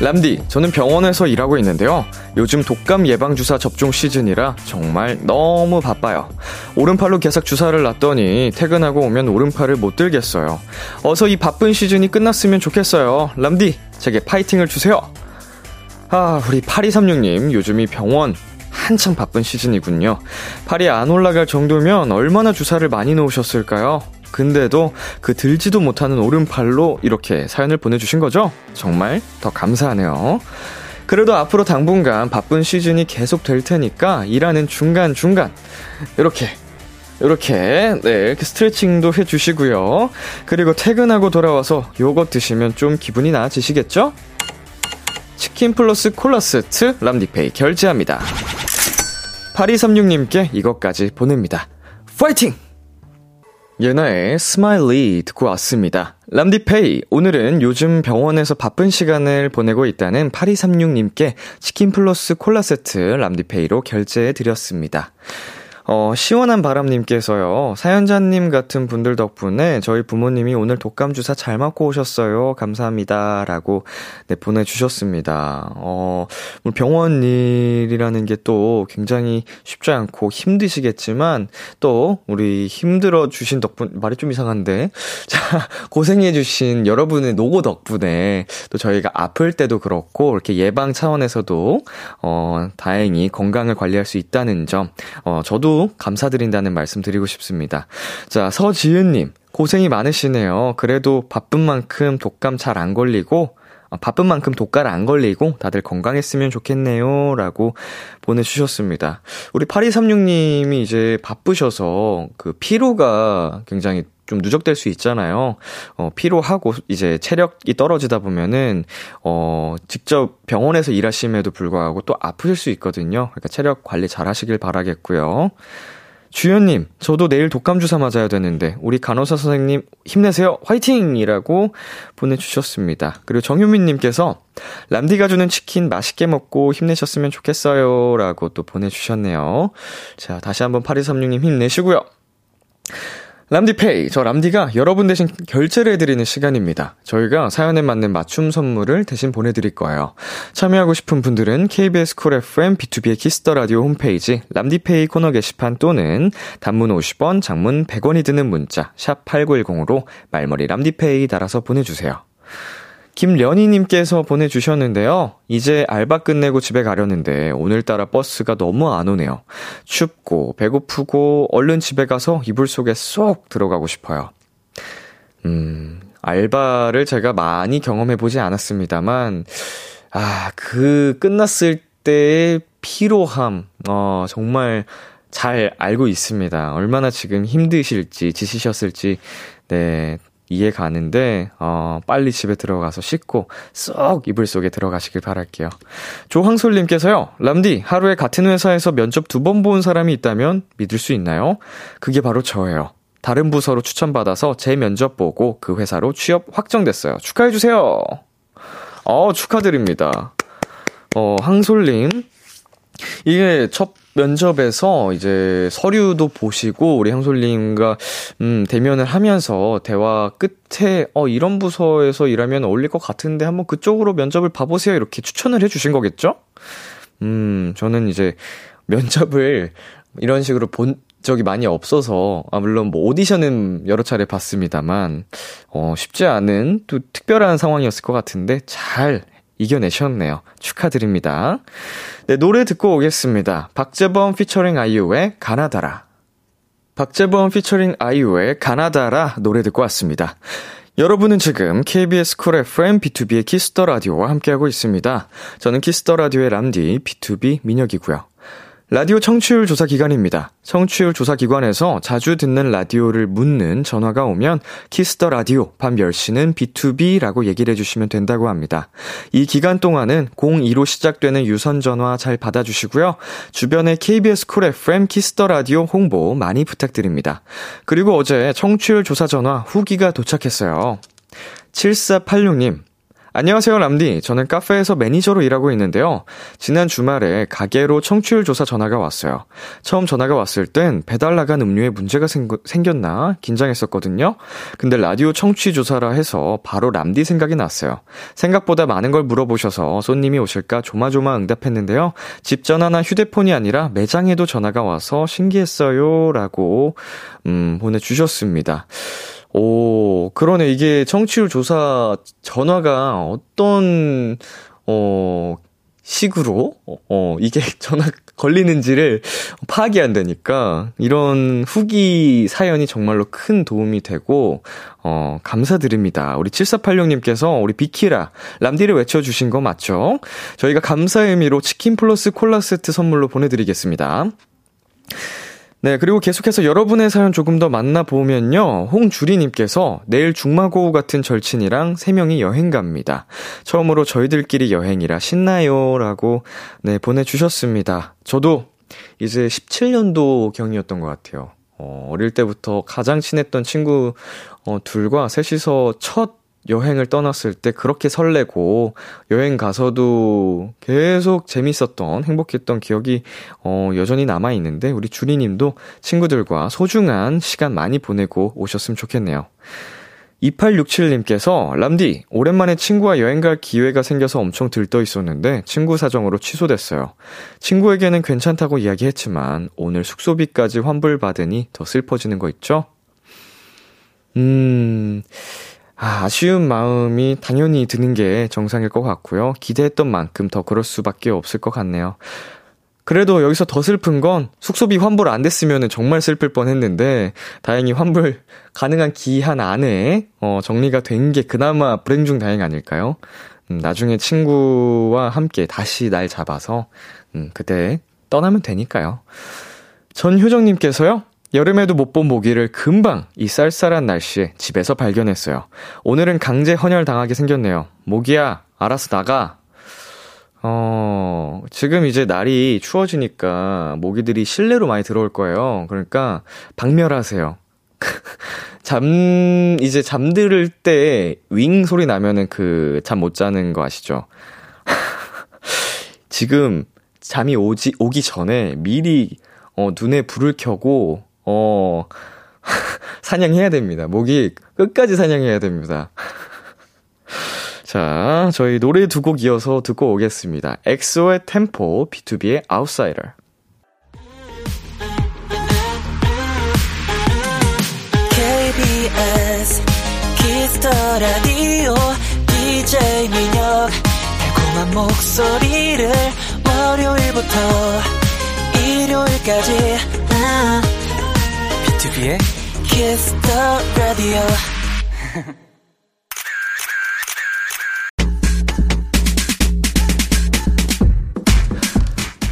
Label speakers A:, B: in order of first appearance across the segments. A: 람디, 저는 병원에서 일하고 있는데요. 요즘 독감 예방주사 접종 시즌이라 정말 너무 바빠요. 오른팔로 계속 주사를 놨더니 퇴근하고 오면 오른팔을 못 들겠어요. 어서 이 바쁜 시즌이 끝났으면 좋겠어요. 람디, 제게 파이팅을 주세요. 아, 우리 8236님, 요즘이 병원 한창 바쁜 시즌이군요. 팔이 안 올라갈 정도면 얼마나 주사를 많이 놓으셨을까요? 근데도 그 들지도 못하는 오른팔로 이렇게 사연을 보내주신 거죠? 정말 더 감사하네요. 그래도 앞으로 당분간 바쁜 시즌이 계속 될 테니까 일하는 중간중간, 이렇게 이렇게 네 이렇게 스트레칭도 해주시고요. 그리고 퇴근하고 돌아와서 요거 드시면 좀 기분이 나아지시겠죠? 치킨 플러스 콜라 세트 람디페이 결제합니다. 8236님께 이것까지 보냅니다. 파이팅! 예나의 스마일리 듣고 왔습니다. 람디페이, 오늘은 요즘 병원에서 바쁜 시간을 보내고 있다는 8236님께 치킨 플러스 콜라 세트 람디페이로 결제해 드렸습니다. 어, 시원한 바람님께서요, 사연자님 같은 분들 덕분에 저희 부모님이 오늘 독감주사 잘 맞고 오셨어요. 감사합니다. 라고, 네, 보내주셨습니다. 어, 뭐 병원 일이라는 게 또 굉장히 쉽지 않고 힘드시겠지만, 또, 우리 힘들어 주신 덕분, 말이 좀 이상한데, 자, 고생해주신 여러분의 노고 덕분에, 또 저희가 아플 때도 그렇고, 이렇게 예방 차원에서도, 어, 다행히 건강을 관리할 수 있다는 점, 어, 저도 감사드린다는 말씀 드리고 싶습니다. 자, 서지은님, 고생이 많으시네요. 그래도 바쁜 만큼 독감 잘 안 걸리고, 아, 바쁜 만큼 독갈 안 걸리고 다들 건강했으면 좋겠네요. 라고 보내주셨습니다. 우리 8236님이 이제 바쁘셔서 그 피로가 굉장히 좀 누적될 수 있잖아요. 어, 피로하고 이제 체력이 떨어지다 보면은, 어, 직접 병원에서 일하심에도 불구하고 또 아프실 수 있거든요. 그러니까 체력 관리 잘 하시길 바라겠고요. 주연님, 저도 내일 독감주사 맞아야 되는데, 우리 간호사 선생님 힘내세요. 화이팅! 이라고 보내주셨습니다. 그리고 정효민님께서, 람디가 주는 치킨 맛있게 먹고 힘내셨으면 좋겠어요. 라고 또 보내주셨네요. 자, 다시 한번 8236님 힘내시고요. 람디페이, 저 람디가 여러분 대신 결제를 해드리는 시간입니다. 저희가 사연에 맞는 맞춤 선물을 대신 보내드릴 거예요. 참여하고 싶은 분들은 KBS 쿨 FM B2B의 키스터 라디오 홈페이지 람디페이 코너 게시판 또는 단문 50원, 장문 100원이 드는 문자 샵 #8910으로 말머리 람디페이 달아서 보내주세요. 김련희님께서 보내주셨는데요. 이제 알바 끝내고 집에 가려는데 오늘따라 버스가 너무 안 오네요. 춥고 배고프고 얼른 집에 가서 이불 속에 쏙 들어가고 싶어요. 음, 알바를 제가 많이 경험해보지 않았습니다만, 아, 그 끝났을 때의 피로함, 어, 정말 잘 알고 있습니다. 얼마나 지금 힘드실지, 지치셨을지, 네, 이해 가는데, 어, 빨리 집에 들어가서 씻고, 쏙 이불 속에 들어가시길 바랄게요. 조황솔님께서요, 람디, 하루에 같은 회사에서 면접 두 번 본 사람이 있다면 믿을 수 있나요? 그게 바로 저예요. 다른 부서로 추천받아서 제 면접 보고 그 회사로 취업 확정됐어요. 축하해주세요! 어, 축하드립니다. 어, 항솔님. 이게 첫 면접에서 이제 서류도 보시고 우리 향솔님과 음 대면을 하면서 대화 끝에 어 이런 부서에서 일하면 어울릴 것 같은데 한번 그쪽으로 면접을 봐 보세요. 이렇게 추천을 해 주신 거겠죠? 음, 저는 이제 면접을 이런 식으로 본 적이 많이 없어서, 아, 물론 뭐 오디션은 여러 차례 봤습니다만, 어, 쉽지 않은 또 특별한 상황이었을 것 같은데, 잘 이겨내셨네요. 축하드립니다. 네, 노래 듣고 오겠습니다. 박재범 피처링 아이유의 가나다라. 박재범 피처링 아이유의 가나다라 노래 듣고 왔습니다. 여러분은 지금 KBS 쿨 FM B2B의 키스터 라디오와 함께하고 있습니다. 저는 키스터 라디오의 람디 B2B 민혁이고요. 라디오 청취율 조사 기간입니다. 청취율 조사 기관에서 자주 듣는 라디오를 묻는 전화가 오면 키스터 라디오 밤 10시는 B2B라고 얘기를 해주시면 된다고 합니다. 이 기간 동안은 02로 시작되는 유선 전화 잘 받아주시고요. 주변에 KBS 쿨 FM 키스터 라디오 홍보 많이 부탁드립니다. 그리고 어제 청취율 조사 전화 후기가 도착했어요. 7486님. 안녕하세요, 람디. 저는 카페에서 매니저로 일하고 있는데요. 지난 주말에 가게로 청취율 조사 전화가 왔어요. 처음 전화가 왔을 땐 배달 나간 음료에 문제가 생, 겼나 긴장했었거든요. 근데 라디오 청취 조사라 해서 바로 람디 생각이 났어요. 생각보다 많은 걸 물어보셔서 손님이 오실까 조마조마 응답했는데요. 집 전화나 휴대폰이 아니라 매장에도 전화가 와서 신기했어요. 라고, 음, 보내주셨습니다. 오, 그러네. 이게 청취율 조사 전화가 어떤, 어, 식으로, 어, 이게 전화 걸리는지를 파악이 안 되니까, 이런 후기 사연이 정말로 큰 도움이 되고, 어, 감사드립니다. 우리 7486님께서 우리 비키라, 람디를 외쳐주신 거 맞죠? 저희가 감사의 의미로 치킨 플러스 콜라 세트 선물로 보내드리겠습니다. 네, 그리고 계속해서 여러분의 사연 조금 더 만나보면요. 홍주리님께서 내일 중마고우 같은 절친이랑 세명이 여행 갑니다. 처음으로 저희들끼리 여행이라 신나요. 라고, 네, 보내주셨습니다. 저도 이제 17년도 경이었던 것 같아요. 어, 어릴 때부터 가장 친했던 친구, 어, 둘과 셋이서 첫 여행을 떠났을 때 그렇게 설레고 여행 가서도 계속 재밌었던 행복했던 기억이 어 여전히 남아 있는데 우리 주리 님도 친구들과 소중한 시간 많이 보내고 오셨으면 좋겠네요. 2867님께서 람디 오랜만에 친구와 여행 갈 기회가 생겨서 엄청 들떠 있었는데 친구 사정으로 취소됐어요. 친구에게는 괜찮다고 이야기했지만 오늘 숙소비까지 환불받으니 더 슬퍼지는 거 있죠? 음. 아, 아쉬운 마음이 당연히 드는 게 정상일 것 같고요. 기대했던 만큼 더 그럴 수밖에 없을 것 같네요. 그래도 여기서 더 슬픈 건 숙소비 환불 안 됐으면 정말 슬플 뻔 했는데, 다행히 환불 가능한 기한 안에, 어, 정리가 된 게 그나마 불행 중 다행 아닐까요? 음, 나중에 친구와 함께 다시 날 잡아서, 음, 그때 떠나면 되니까요. 전효정님께서요. 여름에도 못 본 모기를 금방 이 쌀쌀한 날씨에 집에서 발견했어요. 오늘은 강제 헌혈 당하게 생겼네요. 모기야, 알아서 나가. 어, 지금 이제 날이 추워지니까 모기들이 실내로 많이 들어올 거예요. 그러니까 박멸하세요. 잠 이제 잠들 때 윙 소리 나면은 그 잠 못 자는 거 아시죠? 지금 잠이 오지 오기 전에 미리 어 눈에 불을 켜고 어 사냥해야 됩니다. 모기 끝까지 사냥해야 됩니다. 자, 저희 노래 두 곡 이어서 듣고 오겠습니다. 엑소의 템포, B2B의 Outsider.
B: KBS 키스터 라디오 DJ 민혁 달콤한 목소리를 월요일부터 일요일까지 아,
C: BTOB의
B: 키스터 라디오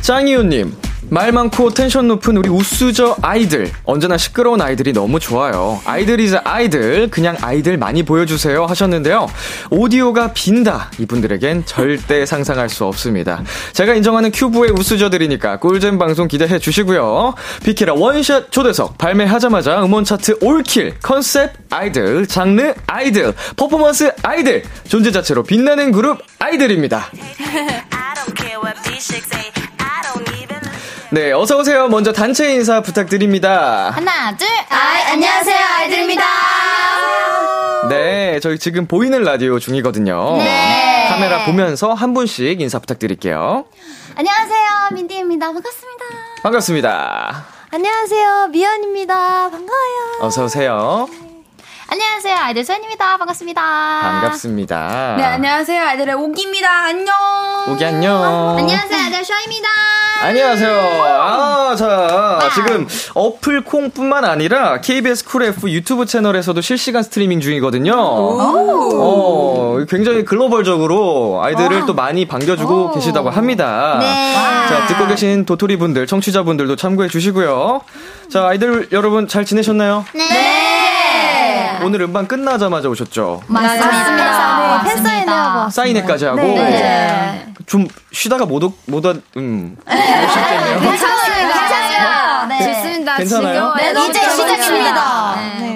A: 짱이유님 말 많고 텐션 높은 우리 우스저 아이들 언제나 시끄러운 아이들이 너무 좋아요 아이들이자 아이들 그냥 아이들 많이 보여주세요 하셨는데요 오디오가 빈다 이분들에겐 절대 상상할 수 없습니다 제가 인정하는 큐브의 우스저들이니까 꿀잼 방송 기대해 주시고요 피키라 원샷 초대석 발매하자마자 음원 차트 올킬 컨셉 아이들 장르 아이들 퍼포먼스 아이들 존재 자체로 빛나는 그룹 아이들입니다
D: I don't care what these chicks say. I don't even.
A: 네, 어서오세요. 먼저 단체 인사 부탁드립니다.
E: 하나, 둘, 아이, 안녕하세요, 아이들입니다.
A: 네, 저희 지금 보이는 라디오 중이거든요.
E: 네.
A: 카메라 보면서 한 분씩 인사 부탁드릴게요.
E: 안녕하세요, 민디입니다. 반갑습니다.
A: 반갑습니다.
E: 안녕하세요, 미연입니다. 반가워요.
A: 어서오세요.
E: 안녕하세요, 안녕하세요. 아이들 소연입니다. 반갑습니다.
A: 반갑습니다.
F: 네, 안녕하세요. 아이들의 오기입니다. 안녕.
A: 오기 안녕.
E: 안녕하세요. 아이들 쇼입니다.
A: 안녕하세요. 아, 자, 지금 어플 콩뿐만 아니라 KBS 쿨 F 유튜브 채널에서도 실시간 스트리밍 중이거든요. 어, 굉장히 글로벌적으로 아이들을 또 많이 반겨주고 계시다고 합니다.
E: 네.
A: 자, 듣고 계신 도토리 분들, 청취자분들도 참고해 주시고요. 자, 아이들 여러분 잘 지내셨나요?
E: 네.
A: 오늘 음반 끝나자마자 오셨죠?
E: 맞습니다.
F: 네,
E: 팬 사인회 하고 왔어요.
A: 사인회까지 하고
F: 네.
A: 좀 쉬다가 못, 오- 못, 와- 음.
E: 괜찮아요. 괜찮아요. 네.
F: 좋습니다.
A: 괜찮아요?
F: 즐거워요.
E: 네,
F: 너무
E: 이제
F: 즐거워요.
E: 시작입니다.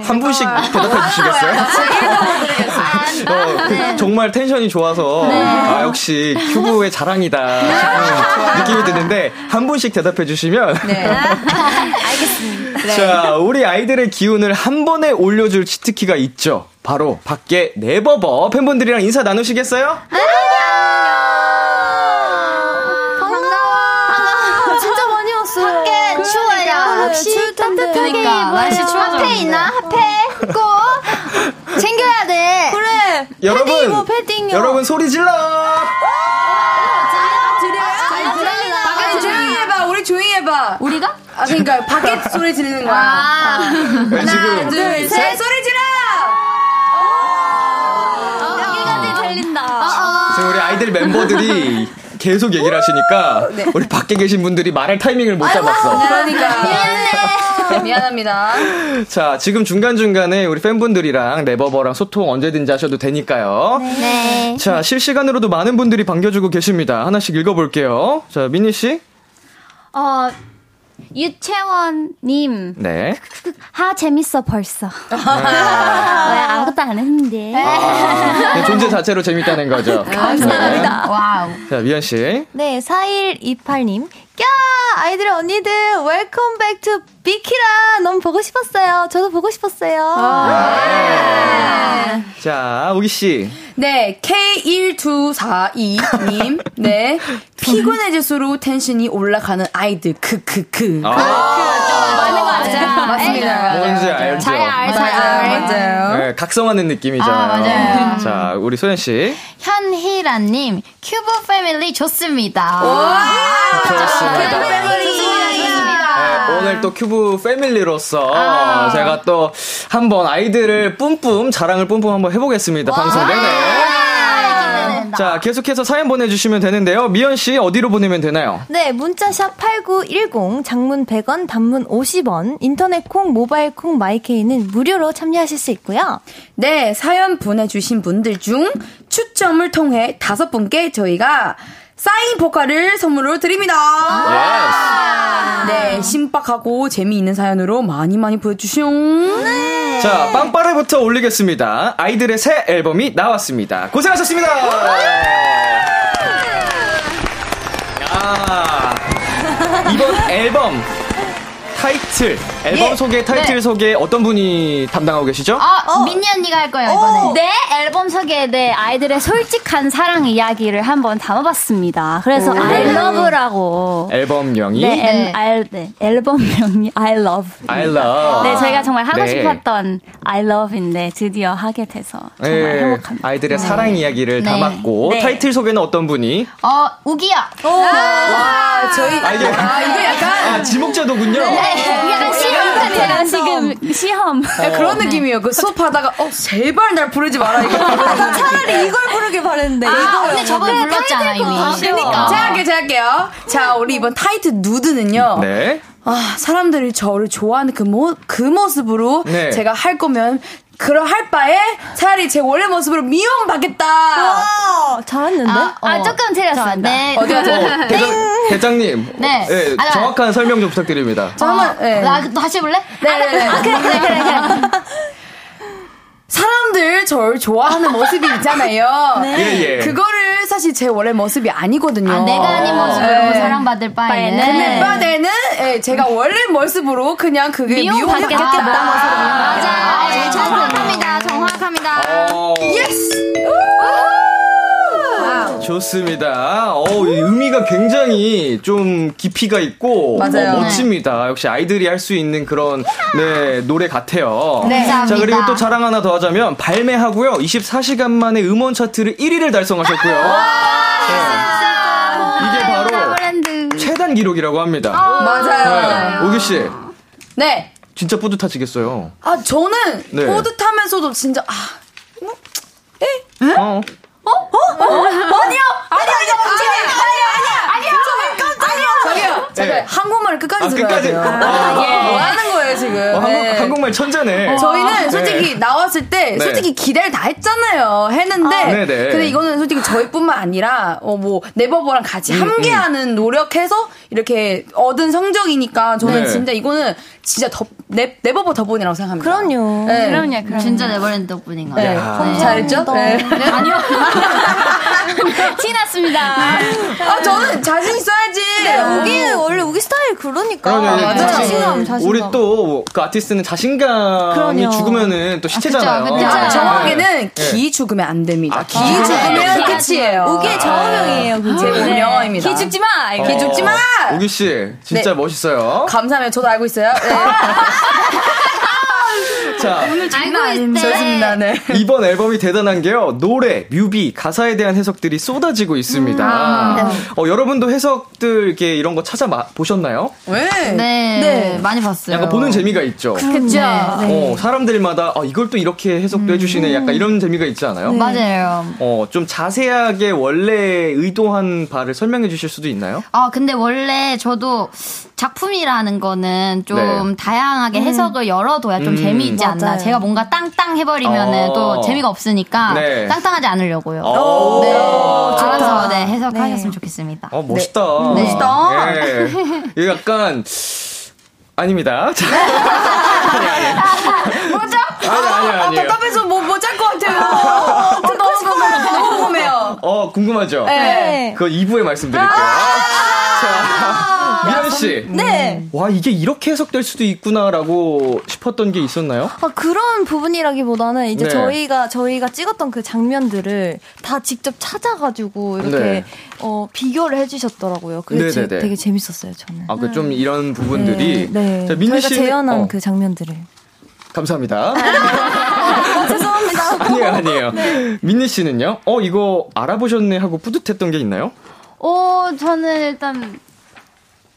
A: 한 분씩 대답해 주시겠어요?
F: 아, 네.
A: 어, 그 정말 텐션이 좋아서 아 역시 큐브의 자랑이다
F: 네.
A: 싶은 느낌이 드는데 한 분씩 대답해 주시면
F: 네. 아,
A: 알겠습니다. 자 우리 아이들의 기운을 한 번에 올려줄 치트키가 있죠. 바로 밖에 네버버 팬분들이랑 인사 나누시겠어요?
E: 반가워. 진짜 많이 왔어요. 밖에 추워요. 혹시 따뜻하게
F: 그러니까, 날씨
E: 입어요.
F: 추워서
E: 핫팩 있나? 핫팩 꼭 챙겨야 돼.
F: 그래.
A: 여러분
F: 패딩이고 패딩이요.
A: 여러분 소리 질러!
E: 아,
F: 들려요? 밖에 조용히 해봐. 아, 우리 조용히 해봐.
E: 우리가?
F: 아, 그러니까 밖에 소리 지르는 거야.
E: 아,
A: 네, 지금
F: 둘, 셋, 소리 질러!
E: 아, 여기까지 들린다.
A: 지금 우리 아이들 멤버들이 계속 얘기를 하시니까
F: 네.
A: 우리 밖에 계신 분들이 말할 타이밍을 못 잡았어.
F: 그러니까. 미안해. 미안합니다.
A: 자, 지금 중간중간에 우리 팬분들이랑 네버버랑 소통 언제든지 하셔도 되니까요.
E: 네.
A: 자, 실시간으로도 많은 분들이 반겨주고 계십니다. 하나씩 읽어볼게요. 자, 미니씨.
E: 어, 유채원님.
A: 네.
E: 하, 재밌어, 벌써. 왜 아무것도 안 했는데.
A: 아, 존재 자체로 재밌다는 거죠. 아, 감사합니다.
F: 와우.
A: 자, 미연씨.
G: 네, 4128님. 꺄! 아이들의 언니들, 웰컴 백 투 비키라! 너무 보고 싶었어요. 저도 보고 싶었어요.
E: 아,
F: 아,
A: 아. 자, 우기씨.
F: 네, K1242님. 네. 피곤의 지수로 텐션이 올라가는 아이들. 그, 크크크.
A: 아.
E: 맞는 거
F: 네, 맞아요. 네. 맞습니다.
A: 뭔지 알죠?
E: 잘 알, 잘
F: 맞아요.
E: 알.
F: 맞아요.
A: 네, 각성하는 느낌이잖아요. 자, 우리 소연씨.
G: 현희란님, 큐브 패밀리 좋습니다.
E: 아,
F: 아.
A: 아, 좋습니다.
F: 좋습니다.
A: 네, 오늘 또 큐브 패밀리로서 제가 또 한번 아이들을 뿜뿜 자랑을 뿜뿜 한번 해보겠습니다 방송
E: 네.
A: 내내. 자 계속해서 사연 보내주시면 되는데요. 미연 씨 어디로 보내면 되나요?
G: 네, 문자샵 8910, 장문 100원, 단문 50원, 인터넷 콩, 모바일 콩, 마이케이는 무료로 참여하실 수 있고요.
F: 네, 사연 보내주신 분들 중 추첨을 통해 다섯 분께 저희가 사인 포카를 선물로 드립니다. 네, 신박하고 재미있는 사연으로 많이 많이 보여주시오.
G: 네.
A: 자 빵빠레부터 올리겠습니다. 아이들의 새 앨범이 나왔습니다. 고생하셨습니다. 야, 이번 앨범 타이틀 앨범 소개 타이틀 소개 어떤 분이 담당하고 계시죠?
H: 아.
E: 어, 민니 언니가 할 거예요, 이번에. 네, 앨범 소개에 대해 아이들의 솔직한 사랑 이야기를 한번 담아봤습니다. 그래서
A: 네.
E: I love라고.
A: 앨범명이
E: 네, 앨- 알- 네, 앨범명이 I love.
A: I love.
E: 네, 저희가 정말 하고
A: 아. 네.
E: 싶었던 I love인데 드디어 하게 돼서 정말
A: 예,
E: 행복합니다.
A: 아이들의 사랑 이야기를
G: 네.
A: 담았고
E: 네.
A: 타이틀 소개는 어떤 분이?
G: 어, 우기야.
F: 와, 저희.
A: 아, 이게-
F: 아, 이거 약간.
G: 뭐.
A: 아 지목제도군요.
G: 어,
E: 약간 시험 같아요, 지금. 시험.
F: 약간 그런
G: 네.
F: 느낌이에요. 그 수업하다가, 어, 제발 날 부르지 마라, 이거.
G: 아, 차라리 이걸 부르길 바랬는데. 이거
E: 아, 근데 저번에 불렀잖아, 이미.
F: 그러니까. 제가 할게요, 제가 할게요. 자, 우리 이번 타이트 누드는요.
A: 네.
F: 아, 사람들이 저를 좋아하는 그, 모, 그 모습으로
A: 네.
F: 제가 할 거면 그런 할 바에 차라리 제 원래 모습으로 미움받겠다.
G: 어, 잘했는데?
E: 아, 조금 틀렸습니다.
G: 네.
F: 어디가 더?
A: 어, 대장, 대장님.
G: 네.
A: 예,
G: 아, 나-
A: 정확한 설명 좀 부탁드립니다.
H: 어,
F: 잠깐만. 예.
H: 아, 네. 그
G: 너 다시 해볼래?
F: 네네네.
G: 그래, 그래, 그래.
F: 사람들 저를 좋아하는 모습이 있잖아요.
A: 예, 예.
F: 그거를 사실 제 원래 모습이 아니거든요.
G: 내가 아닌 모습으로
F: 네.
G: 사랑받을 바에는.
E: 바에는.
F: 오빠네는 예, 제가 원래 모습으로 그냥 그게
E: 미움받겠다.
F: 미움받겠다.
E: 맞아.
G: 네,
A: 네.
G: 정확합니다. 정확합니다.
A: 어,
F: 예스!
A: 좋습니다. 어, 이 의미가 굉장히 좀 깊이가 있고
F: 맞아요.
A: 어, 멋집니다. 역시 아이들이 할 수 있는 그런 네, 노래 같아요.
E: 네.
A: 자,
E: 감사합니다.
A: 그리고 또 자랑 하나 더 하자면 발매하고요. 24시간 만에 음원 차트를 1위를 달성하셨고요. 네. 이게 바로
E: 브랜드.
A: 최단 기록이라고 합니다.
F: 아, 맞아요.
A: 오규 씨,
F: 네.
A: 진짜 뿌듯하시겠어요.
F: 아, 저는
A: 네.
F: 뿌듯하면서도 진짜, 아,
A: 어.
F: 저기요. 저기
A: 네.
F: 한국말을 끝까지
A: 아,
F: 들어야
A: 끝까지.
F: 돼요.
A: 아, 예.
F: 뭐 하는 거예요, 지금.
A: 어, 한국,
F: 네.
A: 한국말 아, 천재네.
F: 저희는 솔직히 나왔을 때
A: 네.
F: 솔직히 기대를 다 했잖아요. 했는데
A: 아. 네네.
F: 근데 이거는 솔직히 저희뿐만 아니라 어 뭐 네버버랑 같이
A: 음,
F: 함께하는 노력해서 이렇게 얻은 성적이니까 저는
A: 네.
F: 진짜 이거는 진짜 더 네, 네버버 더본이라고 생각합니다.
G: 그럼요.
F: 네.
E: 그럼요, 그럼요.
H: 진짜 네버랜드 덕분인 것
F: 네.
H: 같아요.
A: 야.
F: 잘했죠? 네.
E: 아니요. 티났습니다.
F: 아 저는 자신 있어야지. 음.
G: 우기는 원래 우기 스타일 그러니까.
A: 그럼요. 아,
F: 맞아요.
G: 자신감, 자신감.
A: 우리 또 그 아티스트는 자신감이
G: 그럼요.
A: 죽으면은 또 시체잖아요.
H: 그쵸, 그쵸.
F: 아,
H: 아,
F: 정확히는
A: 네.
F: 기 죽으면 안 됩니다.
A: 아,
F: 기
A: 기
F: 죽으면
E: 죽으면
F: 끝이에요.
G: 우기의 저명이에요, 그게.
F: 제 운명입니다.
G: 기 죽지 마!
A: 네.
G: 이렇게.
F: 기 죽지 마!
A: 어, 오기 씨 진짜
F: 네.
A: 멋있어요.
F: 감사합니다. 저도 알고 있어요. 네.
A: 자
H: 알고 있대.
F: 좋습니다. 네.
A: 이번 앨범이 대단한 게요. 노래, 뮤비, 가사에 대한 해석들이 쏟아지고 있습니다. 어, 여러분도 해석들 이렇게 이런 거 찾아 보셨나요?
F: 왜?
H: 네.
G: 네.
H: 많이 봤어요.
A: 약간 보는 재미가 있죠.
E: 그죠?
A: 어, 사람들마다 아, 이걸 또 이렇게 해석도 해주시네. 약간 이런 재미가 있지 않아요?
H: 네. 맞아요.
A: 어, 좀 자세하게 원래 의도한 바를 설명해 주실 수도 있나요?
H: 아, 근데 원래 저도 작품이라는 거는
A: 네.
H: 좀 다양하게 해석을 열어둬야 좀
A: 음.
H: 재미있지 않나.
G: 맞아요.
H: 제가 뭔가 땅땅 해버리면은
A: 어.
H: 또 재미가 없으니까
A: 네.
H: 땅땅하지 않으려고요.
A: 오.
H: 네. 알아서 네, 해석하셨으면 좋겠습니다.
A: 어, 멋있다.
H: 네.
F: 멋있다.
A: 예. 이거 약간 아닙니다. 자,
F: 뭐죠?
A: 아니, 아니,
F: 아,
A: 아니에요.
F: 답답해서 뭐, 뭐짤것 같아요. 저 너무 궁금해요. 너무 궁금해요.
A: 어, 궁금하죠?
G: 네. 아!
A: 그거 2부에 말씀드릴게요. 자, 미연 씨.
G: 네.
A: 와, 이게 이렇게 해석될 수도 있구나라고 싶었던 게 있었나요?
G: 아, 그런 부분이라기보다는 이제
A: 네.
G: 저희가 저희가 찍었던 그 장면들을 다 직접 찾아가지고 이렇게
A: 네.
G: 어, 비교를 해주셨더라고요. 그게 제-
A: 네네네.
G: 되게 재밌었어요 저는.
A: 아, 그 좀 이런 부분들이.
G: 네, 네.
A: 자, 민지
G: 저희가
A: 씨.
G: 재현한
A: 어,
G: 그 장면들을.
A: 감사합니다.
G: 아, 죄송합니다.
A: 아니에요, 아니에요.
G: 네.
A: 민니 씨는요? 어, 이거 알아보셨네 하고 뿌듯했던 게 있나요?
E: 오, 저는 일단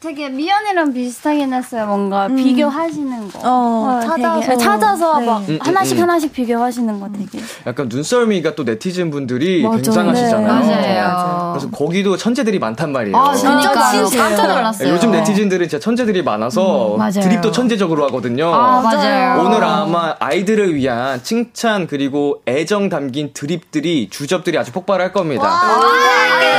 E: 되게 미연이랑 비슷하긴 했어요. 뭔가 비교하시는 거.
G: 어,
E: 음. 되게.
G: 찾아서.
E: 찾아서
G: 네.
E: 막
A: 음,
E: 하나씩
A: 음.
E: 하나씩 비교하시는 거 되게.
A: 약간 눈썰미가 또 네티즌 분들이
G: 맞아요.
A: 굉장하시잖아요.
H: 네, 맞아요.
A: 그래서 거기도 천재들이 많단 말이에요. 예,
H: 아,
G: 진짜요?
H: 진짜요? 깜짝 놀랐어요.
A: 요즘 네티즌들은 진짜 천재들이 많아서
H: 음, 맞아요.
A: 드립도 천재적으로 하거든요.
H: 아, 맞아요.
A: 오늘 아마 아이들을 위한 칭찬 그리고 애정 담긴 드립들이 주접들이 아주 폭발할 겁니다.
H: 네,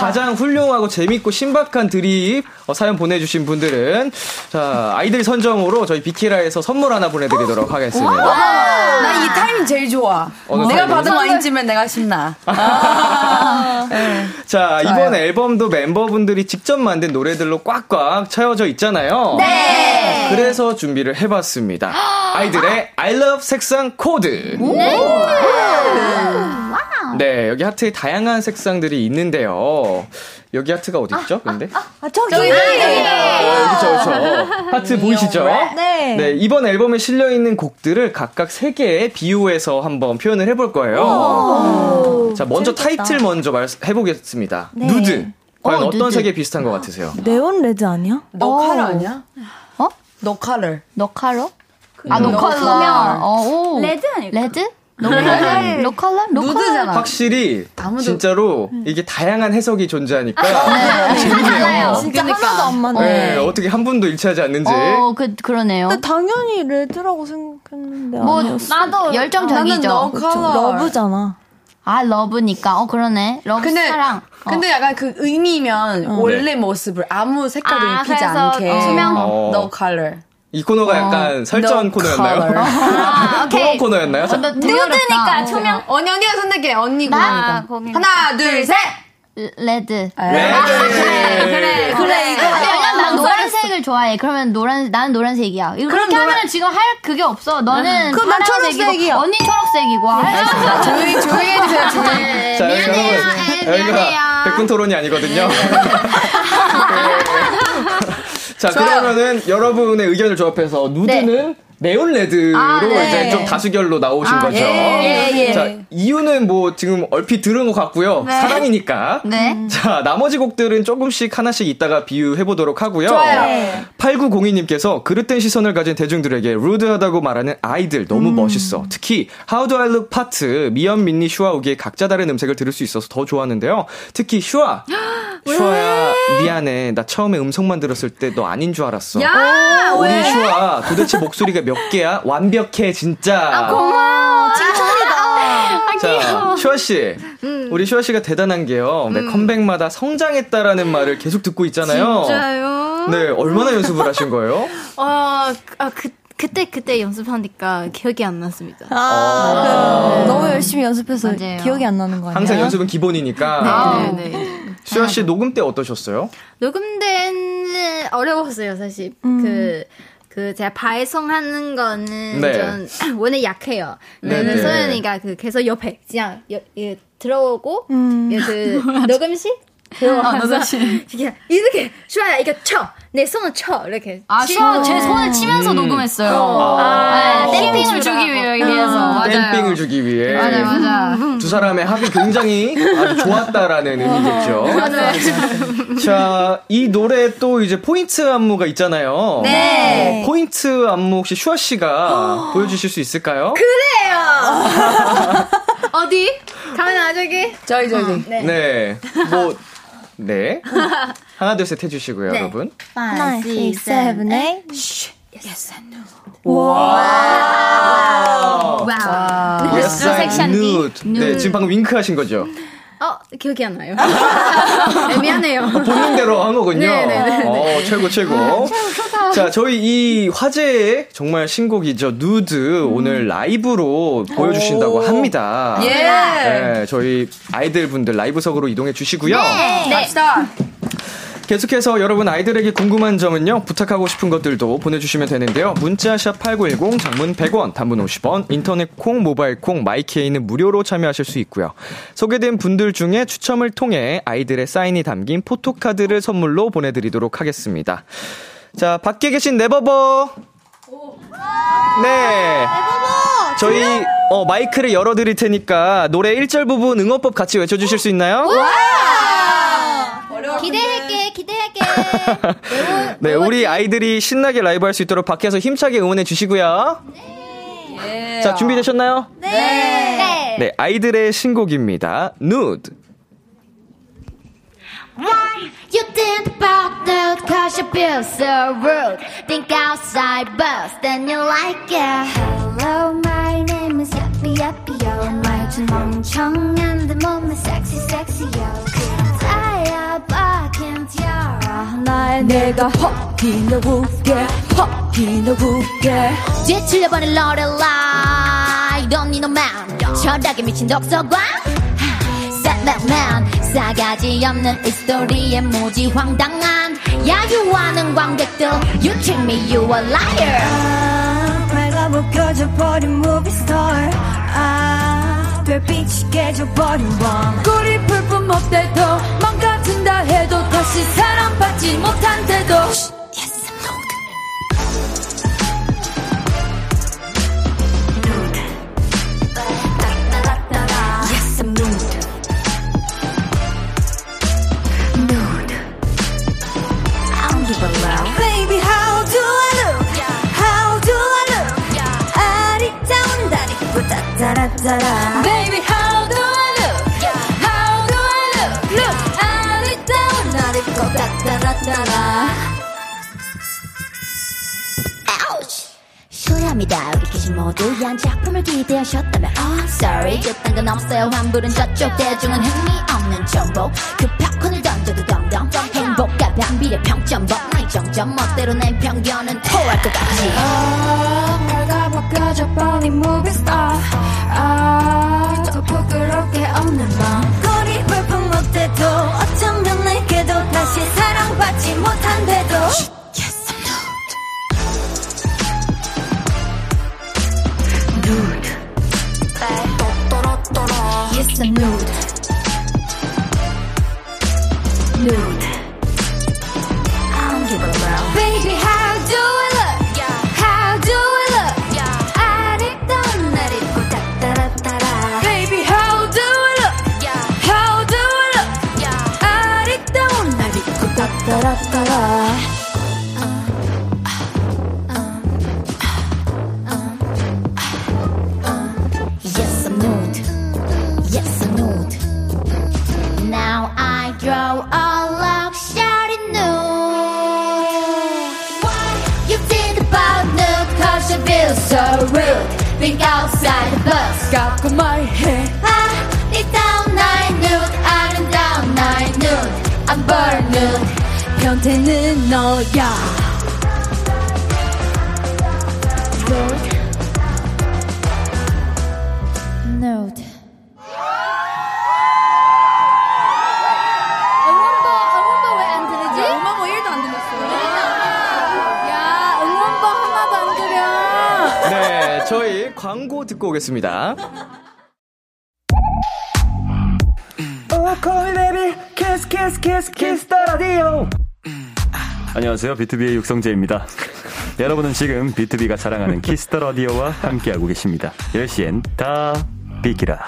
A: 가장 훌륭하고 재밌고 신박한 드립 어, 사연 보내주신 분들은 자 아이들 선정으로 저희 비키라에서 선물 하나 보내드리도록 하겠습니다.
F: 아. 나 이 타임 제일 좋아.
A: 어느 아.
F: 내가
A: 타임이요?
F: 받은 와인쯤엔 내가 신나. 아.
A: 자
F: 좋아요.
A: 이번 앨범도 멤버분들이 직접 만든 노래들로 꽉꽉 채워져 있잖아요. 네. 그래서 준비를 해봤습니다. 아이들의 I Love 색상 코드. 네 여기 하트에 다양한 색상들이 있는데요. 여기 하트가 어디 있죠? 근데
G: 아, 저기.
A: 네. 그렇죠, 그렇죠. 하트 보이시죠?
G: 네.
A: 네, 이번 앨범에 실려 있는 곡들을 각각 3개의 비유해서 한번 표현을 해볼 거예요. 자, 먼저
G: 재밌겠다.
A: 타이틀 먼저 말, 해보겠습니다.
G: 네. 음.
A: 누드. 과연
H: 어,
A: 어, 떤
H: 누드.
A: 색에 비슷한 것 같으세요?
G: 네온 레드 아니야?
F: 너 칼 아니야?
H: 어?
F: 너 칼을.
H: 노컬러? 아,
F: 음.
H: 노컬러. 어, 오.
E: 레드 아닐까?
H: 레드? 노컬러? 노컬러?
F: 누드잖아.
A: 확실히 진짜로 이게 다양한 해석이 아, 존재하니까
G: 아, 네.
H: 달라요.
G: 진짜
H: 그러니까.
G: 하나도 안 맞네.
A: 네, 어떻게 한 분도 일치하지 않는지
H: 어, 그, 그러네요.
G: 근데 당연히 레드라고 생각했는데.
H: 뭐,
G: 아니었어.
H: 나도
F: 나는 너
H: 열정적이죠.
F: 칼을.
G: 러브잖아.
H: 아, 러브니까. 어, 그러네. 러브
F: 근데
H: 사랑. 어.
F: 근데 약간 그 의미면 원래 모습을 아무 색깔도
E: 아,
F: 입히지
E: 그래서
F: 않게.
E: 투명?
A: 어.
F: 너 칼을.
A: 이 코너가 약간 설전
F: 너
A: 코너였나요?
H: 어.
F: color.
E: 아,
A: 그런
E: 오케이.
A: 코너였나요? 자,
E: 누드니까 투명.
F: 언니 언니가 선택해 언니고.
E: 나 고민.
F: 하나 둘 셋.
H: 어. 레드.
A: 아, 네. 레드.
F: 그래 이거.
H: 아니, 왜냐면 난 노란색을 좋아해. 그러면 노란, 나는 노란색이야. 이거 그렇게 하면 지금 할 그게 없어. 너는
G: 그럼 난
H: 파란색이고,
G: 초록색이야.
H: 언니 초록색이고. 아,
F: 조용히 조용히 해주세요. 조용히.
A: 자, 여러분. 여기가 백분 토론이 아니거든요. 네. 자, 그러면은 여러분의 의견을 조합해서 누드는 네온 레드로
I: 아, 네.
A: 이제 좀 다수결로 나오신 거죠.
J: 예, 예, 예.
A: 자, 이유는 뭐 지금 얼핏 들은 것 같고요. 사랑이니까.
J: 음.
I: 네.
A: 자, 나머지 곡들은 조금씩 하나씩 이따가 비유해 보도록 하고요.
J: 좋아요.
A: 8902님께서 그릇된 시선을 가진 대중들에게 루드하다고 말하는 아이들
J: 음.
A: 너무 멋있어. 특히 How Do I Look 파트 미연, 민니, 슈아, 우기의 각자 다른 음색을 들을 수 있어서 더 좋았는데요. 특히 슈아. 슈아야 미안해. 나 처음에 음성만 들었을 때 너 아닌 줄 알았어.
J: 야,
A: 우리
J: 왜?
A: 슈아 도대체 목소리가 몇 개야? 완벽해 진짜.
J: 아,
K: 고마워.
A: 자, 슈아 씨. 우리 슈아 씨가 대단한 게요. 매 컴백마다 성장했다라는 말을 계속 듣고 있잖아요.
F: 진짜요?
A: 네, 얼마나 연습을 하신 거예요?
F: 아, 그- 아, 그, 그때 그때 연습하니까 기억이 안 났습니다.
G: 아, 너무 열심히 연습해서
I: 맞아요.
G: 기억이 안 나는 거 아니에요?
A: 항상 연습은 기본이니까.
F: 네, 네, 네.
A: 수아 씨 녹음 때 어떠셨어요?
F: 녹음된 어려웠어요 사실.
H: 음.
F: 그. 그 제가 발성하는 거는
A: 네.
F: 전 원래 약해요.
A: 네,
F: 네.
A: 네.
F: 소연이가 그 계속 옆에 그냥 여, 예, 들어오고
G: 음.
F: 예, 그 녹음실 들어와서 이렇게 이렇게 슈아야 이거 쳐내 손을 쳐 이렇게
I: 아,
F: 치고.
I: 슈아 제 손을 치면서
A: 음.
I: 녹음했어요.
A: 아.
I: 네, 댐핑을 주기 위해 위해서. 맞아요.
A: 댐핑을 주기 위해 음.
I: 맞아, 맞아.
A: 두 사람의 합이 굉장히 아주 좋았다라는 의미겠죠.
F: 음.
I: 네.
A: 자, 이 노래 또 이제 포인트 안무가 있잖아요.
J: 네.
A: 어, 포인트 안무 혹시 슈아 씨가 보여주실 수 있을까요?
F: 어디 가면 저기
J: 저기, 저기.
A: 네. 뭐 네. 하나 둘 셋
F: 네.
A: 해주시고요, 여러분.
G: 5,
H: 네,
G: 6, 7, 8.
A: 어.
I: 와우.
A: Yes, I
I: 섹시한
A: nude. 네, 지금 방금 윙크하신 거죠.
F: 어 기억이 안 나요. 네, 미안해요.
A: 어, 본인대로 한 거군요.
F: 네, 네, 네, 아,
A: 어, 최고, 최고. 자, 저희 이 화제의 정말 신곡이죠. 누드
F: 음.
A: 오늘 라이브로 보여주신다고 합니다.
J: 예.
A: 네, 저희 아이들 분들 라이브석으로 이동해 주시고요.
F: 네.
H: 네.
I: 네.
J: 갑시다.
A: 계속해서 여러분 아이들에게 궁금한 점은요, 부탁하고 싶은 것들도 보내주시면 되는데요. 문자샵 8910, 장문 100원, 단문 50원, 인터넷 콩, 모바일 콩, 마이케이는 무료로 참여하실 수 있고요. 소개된 분들 중에 추첨을 통해 아이들의 사인이 담긴 포토카드를 선물로 보내드리도록 하겠습니다. 자, 밖에 계신 네버버! 네. 저희 어, 마이크를 열어드릴 테니까 노래 1절 부분 응원법 같이 외쳐주실 수 있나요?
F: 네.
I: 기대할게, 기대할게.
A: 네, 우리 아이들이 신나게 라이브 할 수 있도록 밖에서 힘차게 응원해 주시고요. 자, 준비되셨나요? 네. 네. 아이들의 신곡입니다. nude.
H: You think about the cause you feel so rude. Think outside box, then you like it. Hello, my name is Yappy Yappy Yo. My Jumong Chong and the moment sexy sexy yo. Tired, but I can't yell. 나의 내가 허기나 웃게, 허기나 웃게. 뒤틀려버린 Lorelai. Don't need no man. 철학에 미친 독서광. 셋백맨 싸가지 없는 이 스토리에 무지 황당한 야유하는 관객들 You treat me you a liar
C: 내가 벗겨져버린 무비스타 아 별빛이 깨져버린 밤
F: 꿀이 풀뿐 뭐- 못돼도 맘 같은다 해도 다시 사랑받지 못한대도
C: Baby how do I look How do I look 아리따운 다리보다 따라따라
F: Baby how do I look How do I look Look 아름다운 나
C: 다리보다 따라따라
H: 실례합니다 우리 계신 모두 한 작품을 기대하셨다면 Oh I'm sorry 그딴 건 없어요 환불은 저쪽 대중은 흥미없는 정보 그 팝콘을 던져 그 덤덤 행복과 반비례 평점 법나의 정점 멋대로 낸 편견은 토할 것 같지
C: 거리 불풍 못돼도 어쩌면 내게도 다시 사랑받지 못한대도
H: Yes, a nude.
D: so rude. Think outside the box.
B: 깎고 말해
D: Ah, deep down I knew, I down I knew, I'm burned.
B: 변태는 너야
F: 엄마 뭐 1도 안 들렸어요.
A: 네, 저희 광고 듣고 오겠습니다.
L: 안녕하세요. 비투비의 육성재입니다. 여러분은 지금 비투비가 자랑하는 키스터 라디오와 함께하고 계십니다. 10시엔 다 비키라.